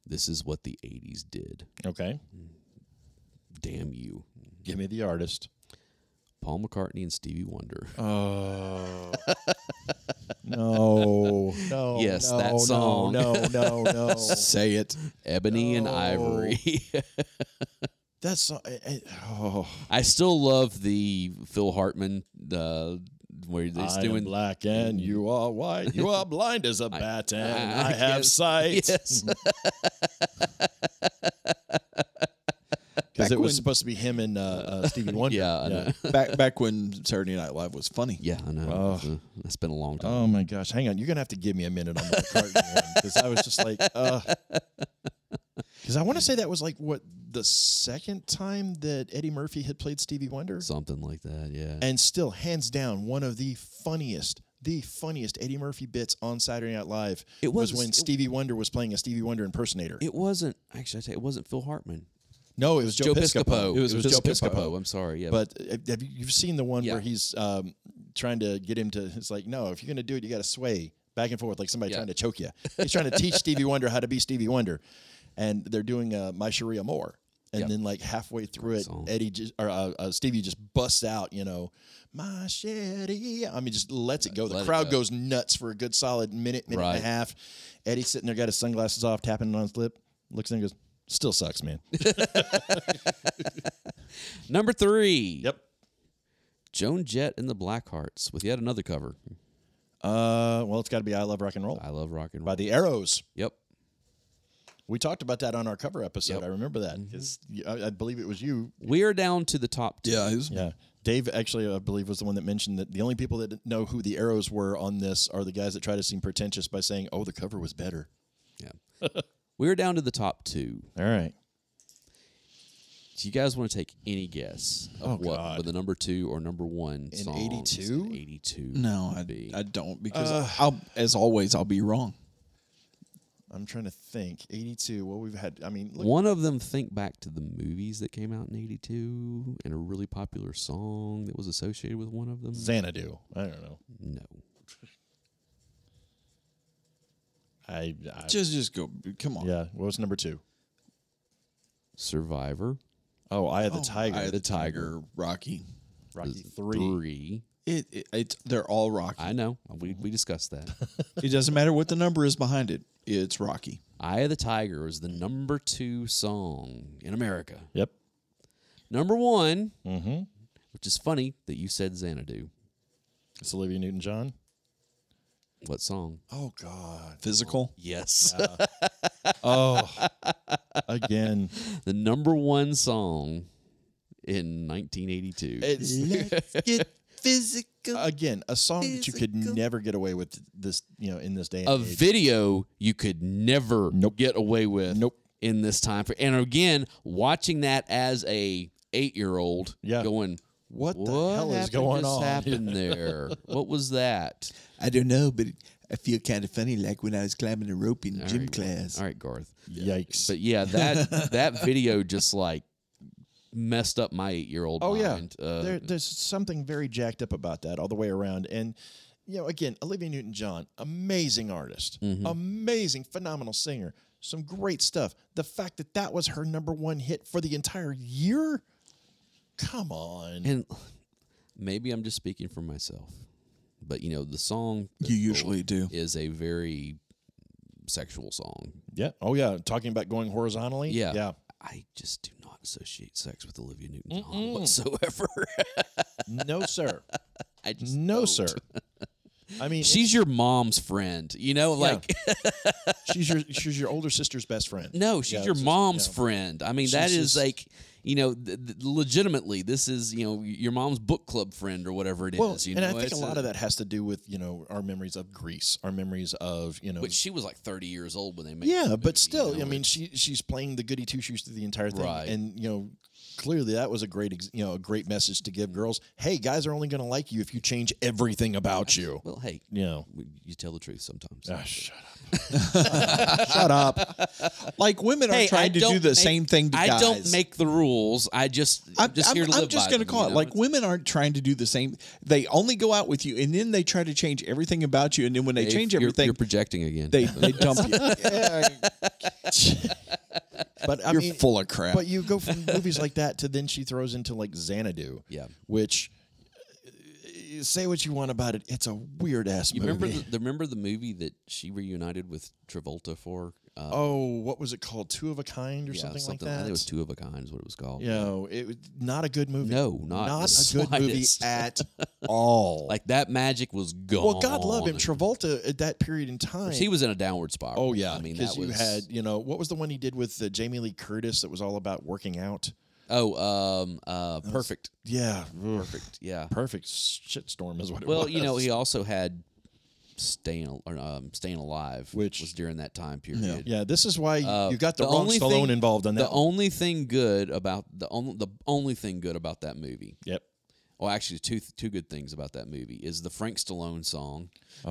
this is what the 80s did.
Okay.
Mm-hmm. Damn you.
Give me the artist. Oh.
Paul McCartney and Stevie Wonder.
No, no.
Yes,
no,
that
no,
song.
No, no, no.
Say it.
Ebony and Ivory.
That's so- I- I- oh.
I still love the Phil Hartman the where he's
I am
doing
black and you are white. You are blind as a bat and Mm. I,
I-
have
yes,
sight.
yes.
Because it was
when-
supposed to be him and uh, uh, Stevie Wonder.
Yeah, I know.
Back back when Saturday Night Live was funny.
Yeah, I know. Uh, That's been a long time.
Oh my gosh! Hang on, you're gonna have to give me a minute on the carton one because I was just like, because I want to say that was like what the second time that Eddie Murphy had played Stevie Wonder,
Something like that, yeah.
and still hands down one of the funniest, the funniest Eddie Murphy bits on Saturday Night Live.
It
was,
was-
when
it-
Stevie Wonder was playing a Stevie Wonder impersonator.
it wasn't actually I tell you, it wasn't Phil Hartman.
no, it was Joe, Piscopo.
It was, Joe Piscopo. I'm sorry. Yeah.
But uh, have you, you've seen the one
Yeah.
where he's um, trying to get him to? It's like, no, if you're gonna do it, you got to sway back and forth like somebody
Yeah.
trying to choke you. He's trying to teach Stevie Wonder how to be Stevie Wonder, and they're doing uh, "My Sharia Moore," and
Yeah.
then like halfway through it,
song.
Eddie just, or uh, uh, Stevie just busts out, you know, "My Sharia." I mean, just lets it go. The
Let it
crowd
go.
goes nuts for a good solid minute, minute
Right.
and a half. Eddie's sitting there, got his sunglasses off, tapping on his lip, looks in and goes, "Still sucks, man."
Number three. Joan Jett and the Blackhearts with yet another cover.
Uh, well, it's got to be "I Love Rock and Roll."
I love rock and roll.
by the arrows.
yep.
We talked about that on our cover episode.
Yep.
I remember that 'cause you- I, I believe it was you.
We are down to the top two.
Yeah, it was-
Yeah, Dave actually, I believe, was the one that mentioned that the only people that know who the arrows were on this are the guys that try to seem pretentious by saying, "Oh, the cover was better."
Yeah. we are down to the top two.
All right,
Do you guys want to take any guess of
Oh,
what
God.
were the number two or number one
In
songs
82?
in 82?
No,
would
I,
be?
I don't because
Uh.
I'll as always I'll be wrong.
I'm trying to think. 82. Well, we've had. I mean, look,
One of them think back to the movies that came out in 82 and a really popular song that was associated with one of them.
Xanadu. I don't know.
no.
I, I
Just just go. Come on.
yeah. What was number two?
Survivor.
Oh, I had the
Oh,
tiger.
Eye of
the Tiger.
Rocky.
Rocky
was
three.
three.
It, it it's they're all Rocky.
I know. Uh, We, we discussed that.
it doesn't matter what the number is behind it. It's Rocky.
Eye of the Tiger was the number two song in America.
Yep.
Number one,
Mm-hmm.
which is funny that you said Xanadu.
It's Olivia Newton-John.
What song?
Oh God.
Physical.
Yes.
Oh, again.
the number one song in 1982.
It's
Get physical.
again a song that you could never get away with this you know in this day and
a
age.
video you could never
Nope.
get away with
Nope.
in this time. For, and again, watching that as a eight-year-old
Yeah.
going,
What the
"What
hell is
happened-
going
just
on?"
happened there? What was that?
I don't know, but I feel kind of funny, like when I was climbing a rope in
All
gym
right,
class.
All right, Garth.
yikes
But yeah, that that video just like messed up my eight-year-old
oh yeah
mind. Uh,
there, there's something very jacked up about that all the way around and you know again olivia newton-john amazing artist
Mm-hmm.
amazing phenomenal singer some great stuff the fact that that was her number one hit for the entire year come on
and maybe I'm just speaking for myself, but you know, the song
You usually do.
is a very sexual song.
yeah oh yeah talking about going horizontally
Yeah.
yeah
I just do not associate sex with Olivia Newton John whatsoever.
no sir
I just
no
don't.
sir i mean
She's your mom's friend, you know. Like,
she's your she's your older sister's best friend.
no, she's
Yeah,
your
it's just-
mom's
yeah.
friend. I mean, that
She's
is
just-
like, you know, th- th- legitimately, this is you know your mom's book club friend or whatever it is.
Well,
you
and
know?
I think a
It's
lot of that has to do with you know our memories of Greece, our memories of you know.
Which she was like thirty years old when they made.
yeah,
this movie,
but still,
you know,
I mean,
it's-
she she's playing the goody two shoes through the entire thing,
Right.
and you know, clearly that was a great ex- you know a great message to give girls. Hey, guys are only going to like you if you change everything about you.
well, hey,
You know.
we- you tell the truth sometimes.
Ah, shut up.
Like women are
Hey, I
trying to
don't
do the
make-
same thing to
I
guys.
don't make the rules. I just I'm,
I'm
just here to
I'm
live
just
by
gonna
them,
call
you
it
know?
like
It's-
women aren't trying to do the same. They only go out with you, and then they try to change everything about you. And then when they
Dave,
change
you're-
everything,
You're projecting again.
they they dump you.
But I
You're
mean,
full of crap.
But you go from movies like that to then she throws into like Xanadu.
Yeah.
Which uh, say what you want about it. It's a weird ass
You
movie.
remember the, the remember the movie that she reunited with Travolta for? Uh,
oh, what was it called? Two of a kind or
yeah,
something, like
I
that.
think it was Two of a Kind. Is what it was called.
You know, it was not a good movie.
No, not
not
the
a good movie
slightest.
at all.
Like that magic was gone.
well, God love him, Travolta at that period in time.
He was in a downward spiral.
Oh yeah,
I mean
because
that was.
you had you know what was the one he did with uh, Jamie Lee Curtis that was all about working out.
oh, um, uh, perfect,
Yeah,
perfect, yeah.
perfect shitstorm is what it
Well,
was.
you know, he also had staying Al- or, um, staying alive,
Which-
was during that time period.
yeah, this is why
Uh,
you got the, wrong
only
Stallone
thing-
involved on that.
The
one.
only thing good about the only the only thing good about that movie,
yep.
well, actually, two two good things about that movie is the Frank Stallone song.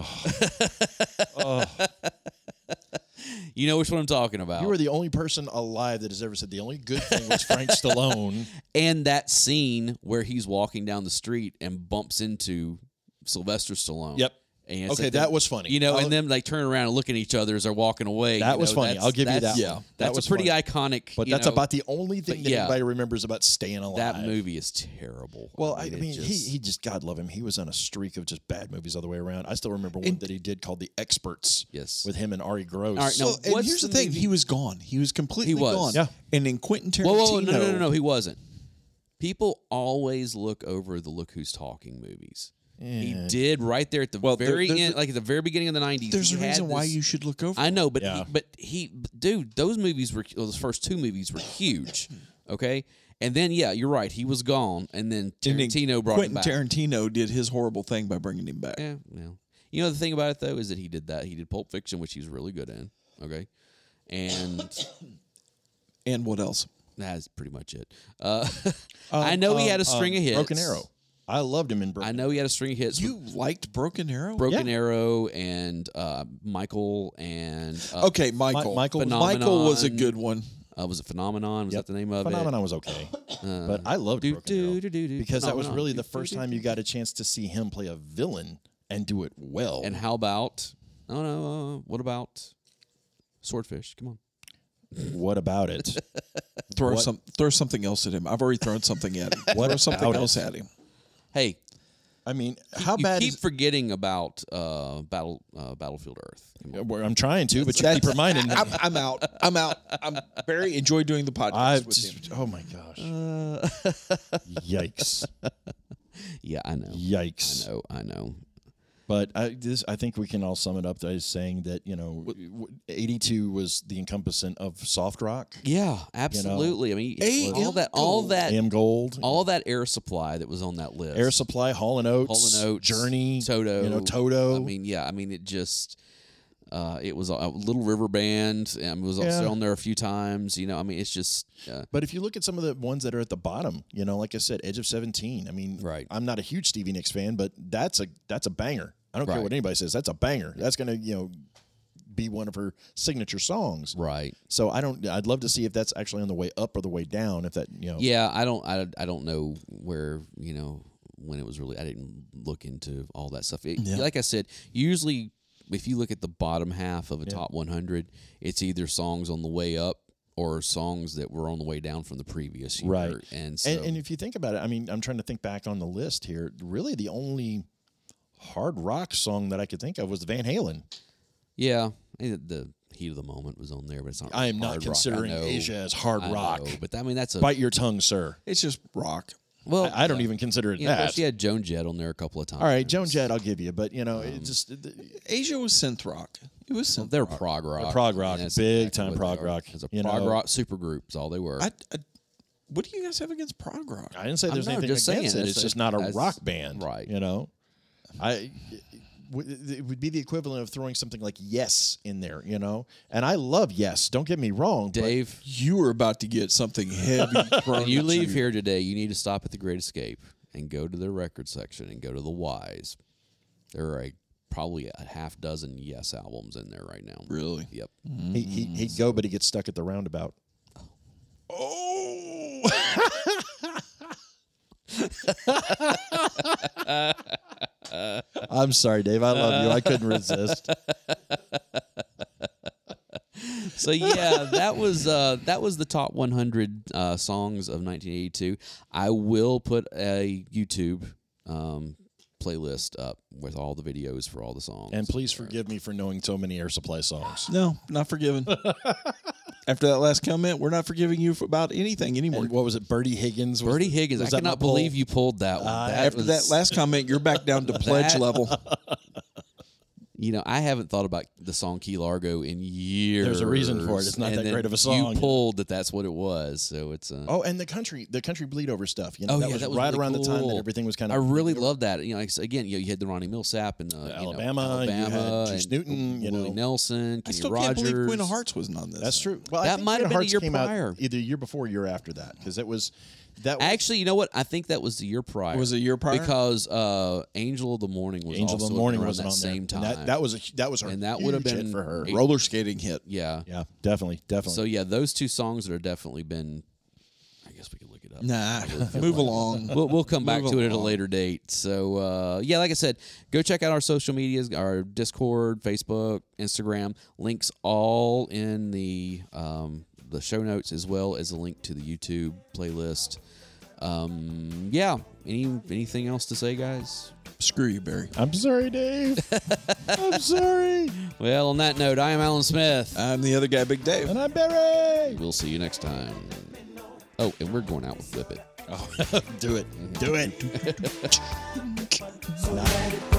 you know which one I'm talking about,
You were the only person alive that has ever said the only good thing was Frank Stallone.
and that scene where he's walking down the street and bumps into Sylvester Stallone.
Yep.
And it's
Okay,
like
that
them-
was funny.
You know,
I'll-
and them like turn around and look at each other as they're walking away.
That
you
was
know,
funny.
that's-
I'll give you
that's-
that one. Yeah. That
that's
was
a pretty
funny.
iconic.
But
you
that's
know,
about the only thing that
yeah.
anybody remembers about staying alive.
That movie is terrible.
Well, I mean,
it
he,
just-
he just God love him. He was on a streak of just bad movies all the way around. I still remember one that he did called The Experts.
Yes.
with him and Ari Gross.
All right, now-
So, and
What's
here's the,
the
thing:
movie-
he was gone. He was completely
was.
gone.
Yeah.
And in Quentin Tarantino,
Whoa, whoa, whoa, no, no, no, no, he wasn't. People always look over the "Look Who's Talking" movies. He did right there at the
Well, there-
very
there's
end,
a-
like at the very beginning of the nineties.
There's a
he had
reason why
this-
you should look over.
I know, but
Yeah.
he, but he, but dude, those movies were well, those first two movies were huge. Okay, and then yeah, you're right. He was gone, and then
And then
Tarantino brought
Quentin
him back.
Tarantino did his horrible thing by bringing him back.
Yeah, well, you know the thing about it though is that he did that. He did Pulp Fiction, which he was really good in. Okay, and
And what else?
that's pretty much it. Uh, I know he had a string of hits.
Um, Broken Arrow. I loved him in Broken.
I know he had a string of hits.
You
with
liked Broken Arrow?
Broken Arrow and uh, Michael and uh,
okay, Michael.
Michael was-
Michael was a
Phenomenon.
good one.
uh, was it Phenomenon? Was
Oh. Yep.
that the name of
Phenomenon was okay, but I loved
do,
Broken
do,
Arrow
do, do, do,
because that was
Phenomenon.
really
Do,
the
do,
first
do,
time you got a chance to see him play a villain and do it well.
it? And how about? Oh no, uh, what about Swordfish? Come on.
what about it?
Throw
What-
some throw something else at him. I've already thrown something at him.
What
throw something
about it?
else at him.
Hey,
I mean, how
you
bad?
keep
is,
forgetting about uh, Battle uh, Battlefield Earth. Come on.
Well, I'm trying to, but you keep reminding me.
I'm, I'm out. I'm out. I'm very enjoy doing the podcast
I
with him.
just, oh my gosh!
Uh,
Yikes!
Yeah, I know.
Yikes!
I know. I know.
But I, this, I think we can all sum it up as saying that you know, '82 was the encompassant of soft rock,
Yeah, absolutely. I mean,
A.M.
all that, all
Gold.
that,
AM Gold,
all that air supply that was on that list.
Air Supply, Hall and Oates,
Hall and Oates,
Journey,
Toto,
you know, Toto.
I mean, yeah, I mean, it just, uh, it was a, a Little River Band, and it was also
Yeah.
on there a few times. You know, I mean, it's just, uh,
but if you look at some of the ones that are at the bottom, you know, like I said, Edge of Seventeen. I mean,
Right.
I'm not a huge Stevie Nicks fan, but that's a that's a banger. I don't care
Right.
what anybody says. That's a banger. That's gonna you know be one of her signature songs.
right.
So I don't. I'd love to see if that's actually on the way up or the way down. If that you know.
Yeah, I don't, I, I don't know where you know when it was really. I didn't look into all that stuff. It, Like I said, usually if you look at the bottom half of a top 100, it's either songs on the way up or songs that were on the way down from the previous year.
Right.
and so
And, and if you think about it, I mean, I'm trying to think back on the list here. Really, the only hard rock song that I could think of was Van Halen.
yeah, I think the heat of the moment was on there, but it's not.
I am
hard
not
rock. I
considering
know.
Asia as hard
I
rock.
know, but I mean that's a
Bite your tongue, sir.
It's just rock.
well.
I, I don't even consider it
you know,
that.
she had Joan Jett on there a couple of times.
All right, Joan Jett, I'll give you, but you know,
Um,
it just
Asia was synth rock. It was synth.
They're prog rock.
Uh, prog rock,
that's
big
exactly
time
what they
prog
are.
rock,
It's a
you
prog
know.
rock supergroup. Is all they were.
I, I, what do you guys have against prog rock?
I didn't say there's
know,
anything
just saying,
against it.
it's-
It's, just not a
it's-
rock band,
right.
You know, I w- it would be the equivalent of throwing something like Yes in there, you know. And I love Yes. Don't get me wrong, but-
Dave,
You were about to get something heavy. thrown
when you
at
leave here today, you need to stop at the Great Escape and go to their record section and go to the Wise. There are a, probably a half dozen Yes albums in there right now.
Really?
Yep.
He, he, he'd go, but he gets stuck at the roundabout. Oh. I'm sorry, Dave. I love you. I couldn't resist.
So yeah, that was uh, that was the top 100 uh, songs of 1982. I will put a YouTube um, playlist up with all the videos for all the songs.
And please forgive me for knowing so many Air Supply songs.
No, not forgiven. After that last comment, we're not forgiving you for about anything anymore.
And what was it? Bertie Higgins. Was
Bertie Higgins, I
was that my
cannot
poll? Uh,
believe you pulled that one. that
After that
was-
last comment, you're back down to pledge
That-
level.
you know, I haven't thought about the song Key Largo in years.
There's a reason for it. It's not
And
that
then
great of a song.
You pulled that. That's what it was. So it's. Uh,
Oh, and the country, the country bleed over stuff. You know,
Oh,
that
yeah,
was
that was
right
really
around the time that
cool.
everything was kind
I
of
really love that. You know, like, again, you, you had the Ronnie Millsap and uh, you know,
Alabama, you had
Alabama,
Juice
and
Newton, you
Willie
know.
Nelson,
I
Kenny
still
Rogers.
can't believe Queen of Hearts was not on this.
That's true. Well, I
That
think
might have
Queen of
been a year
Hearts came out
prior.
either year before, or year after that, because it was that. Was,
Actually, you know what? I think that was the year prior.
Was it a year prior?
Because uh, Angel of the Morning was
Angel
also
of
up
the Morning
around
wasn't
that
on
same
there.
time.
And That, that was a, that was her
And that
would have
would've been
for her.
eight-
Roller skating hit.
yeah.
Yeah, definitely, definitely.
So yeah, those two songs that are definitely been. I guess we could look it up.
Nah, move along.
we'll, we'll come back
Move
to it at a
along.
later date. So, uh, yeah, like I said, go check out our social medias, our Discord, Facebook, Instagram. Links all in the um, the show notes, as well as a link to the YouTube playlist. Um, yeah. Any anything else to say, guys?
Screw you, Barry.
I'm sorry, Dave. I'm sorry,
Well, on that note, I am Alan Smith.
I'm the other guy, Big Dave.
and I'm Barry.
we'll see you next time. Oh, and we're going out with Whip It.
Do it. Do it.
So let it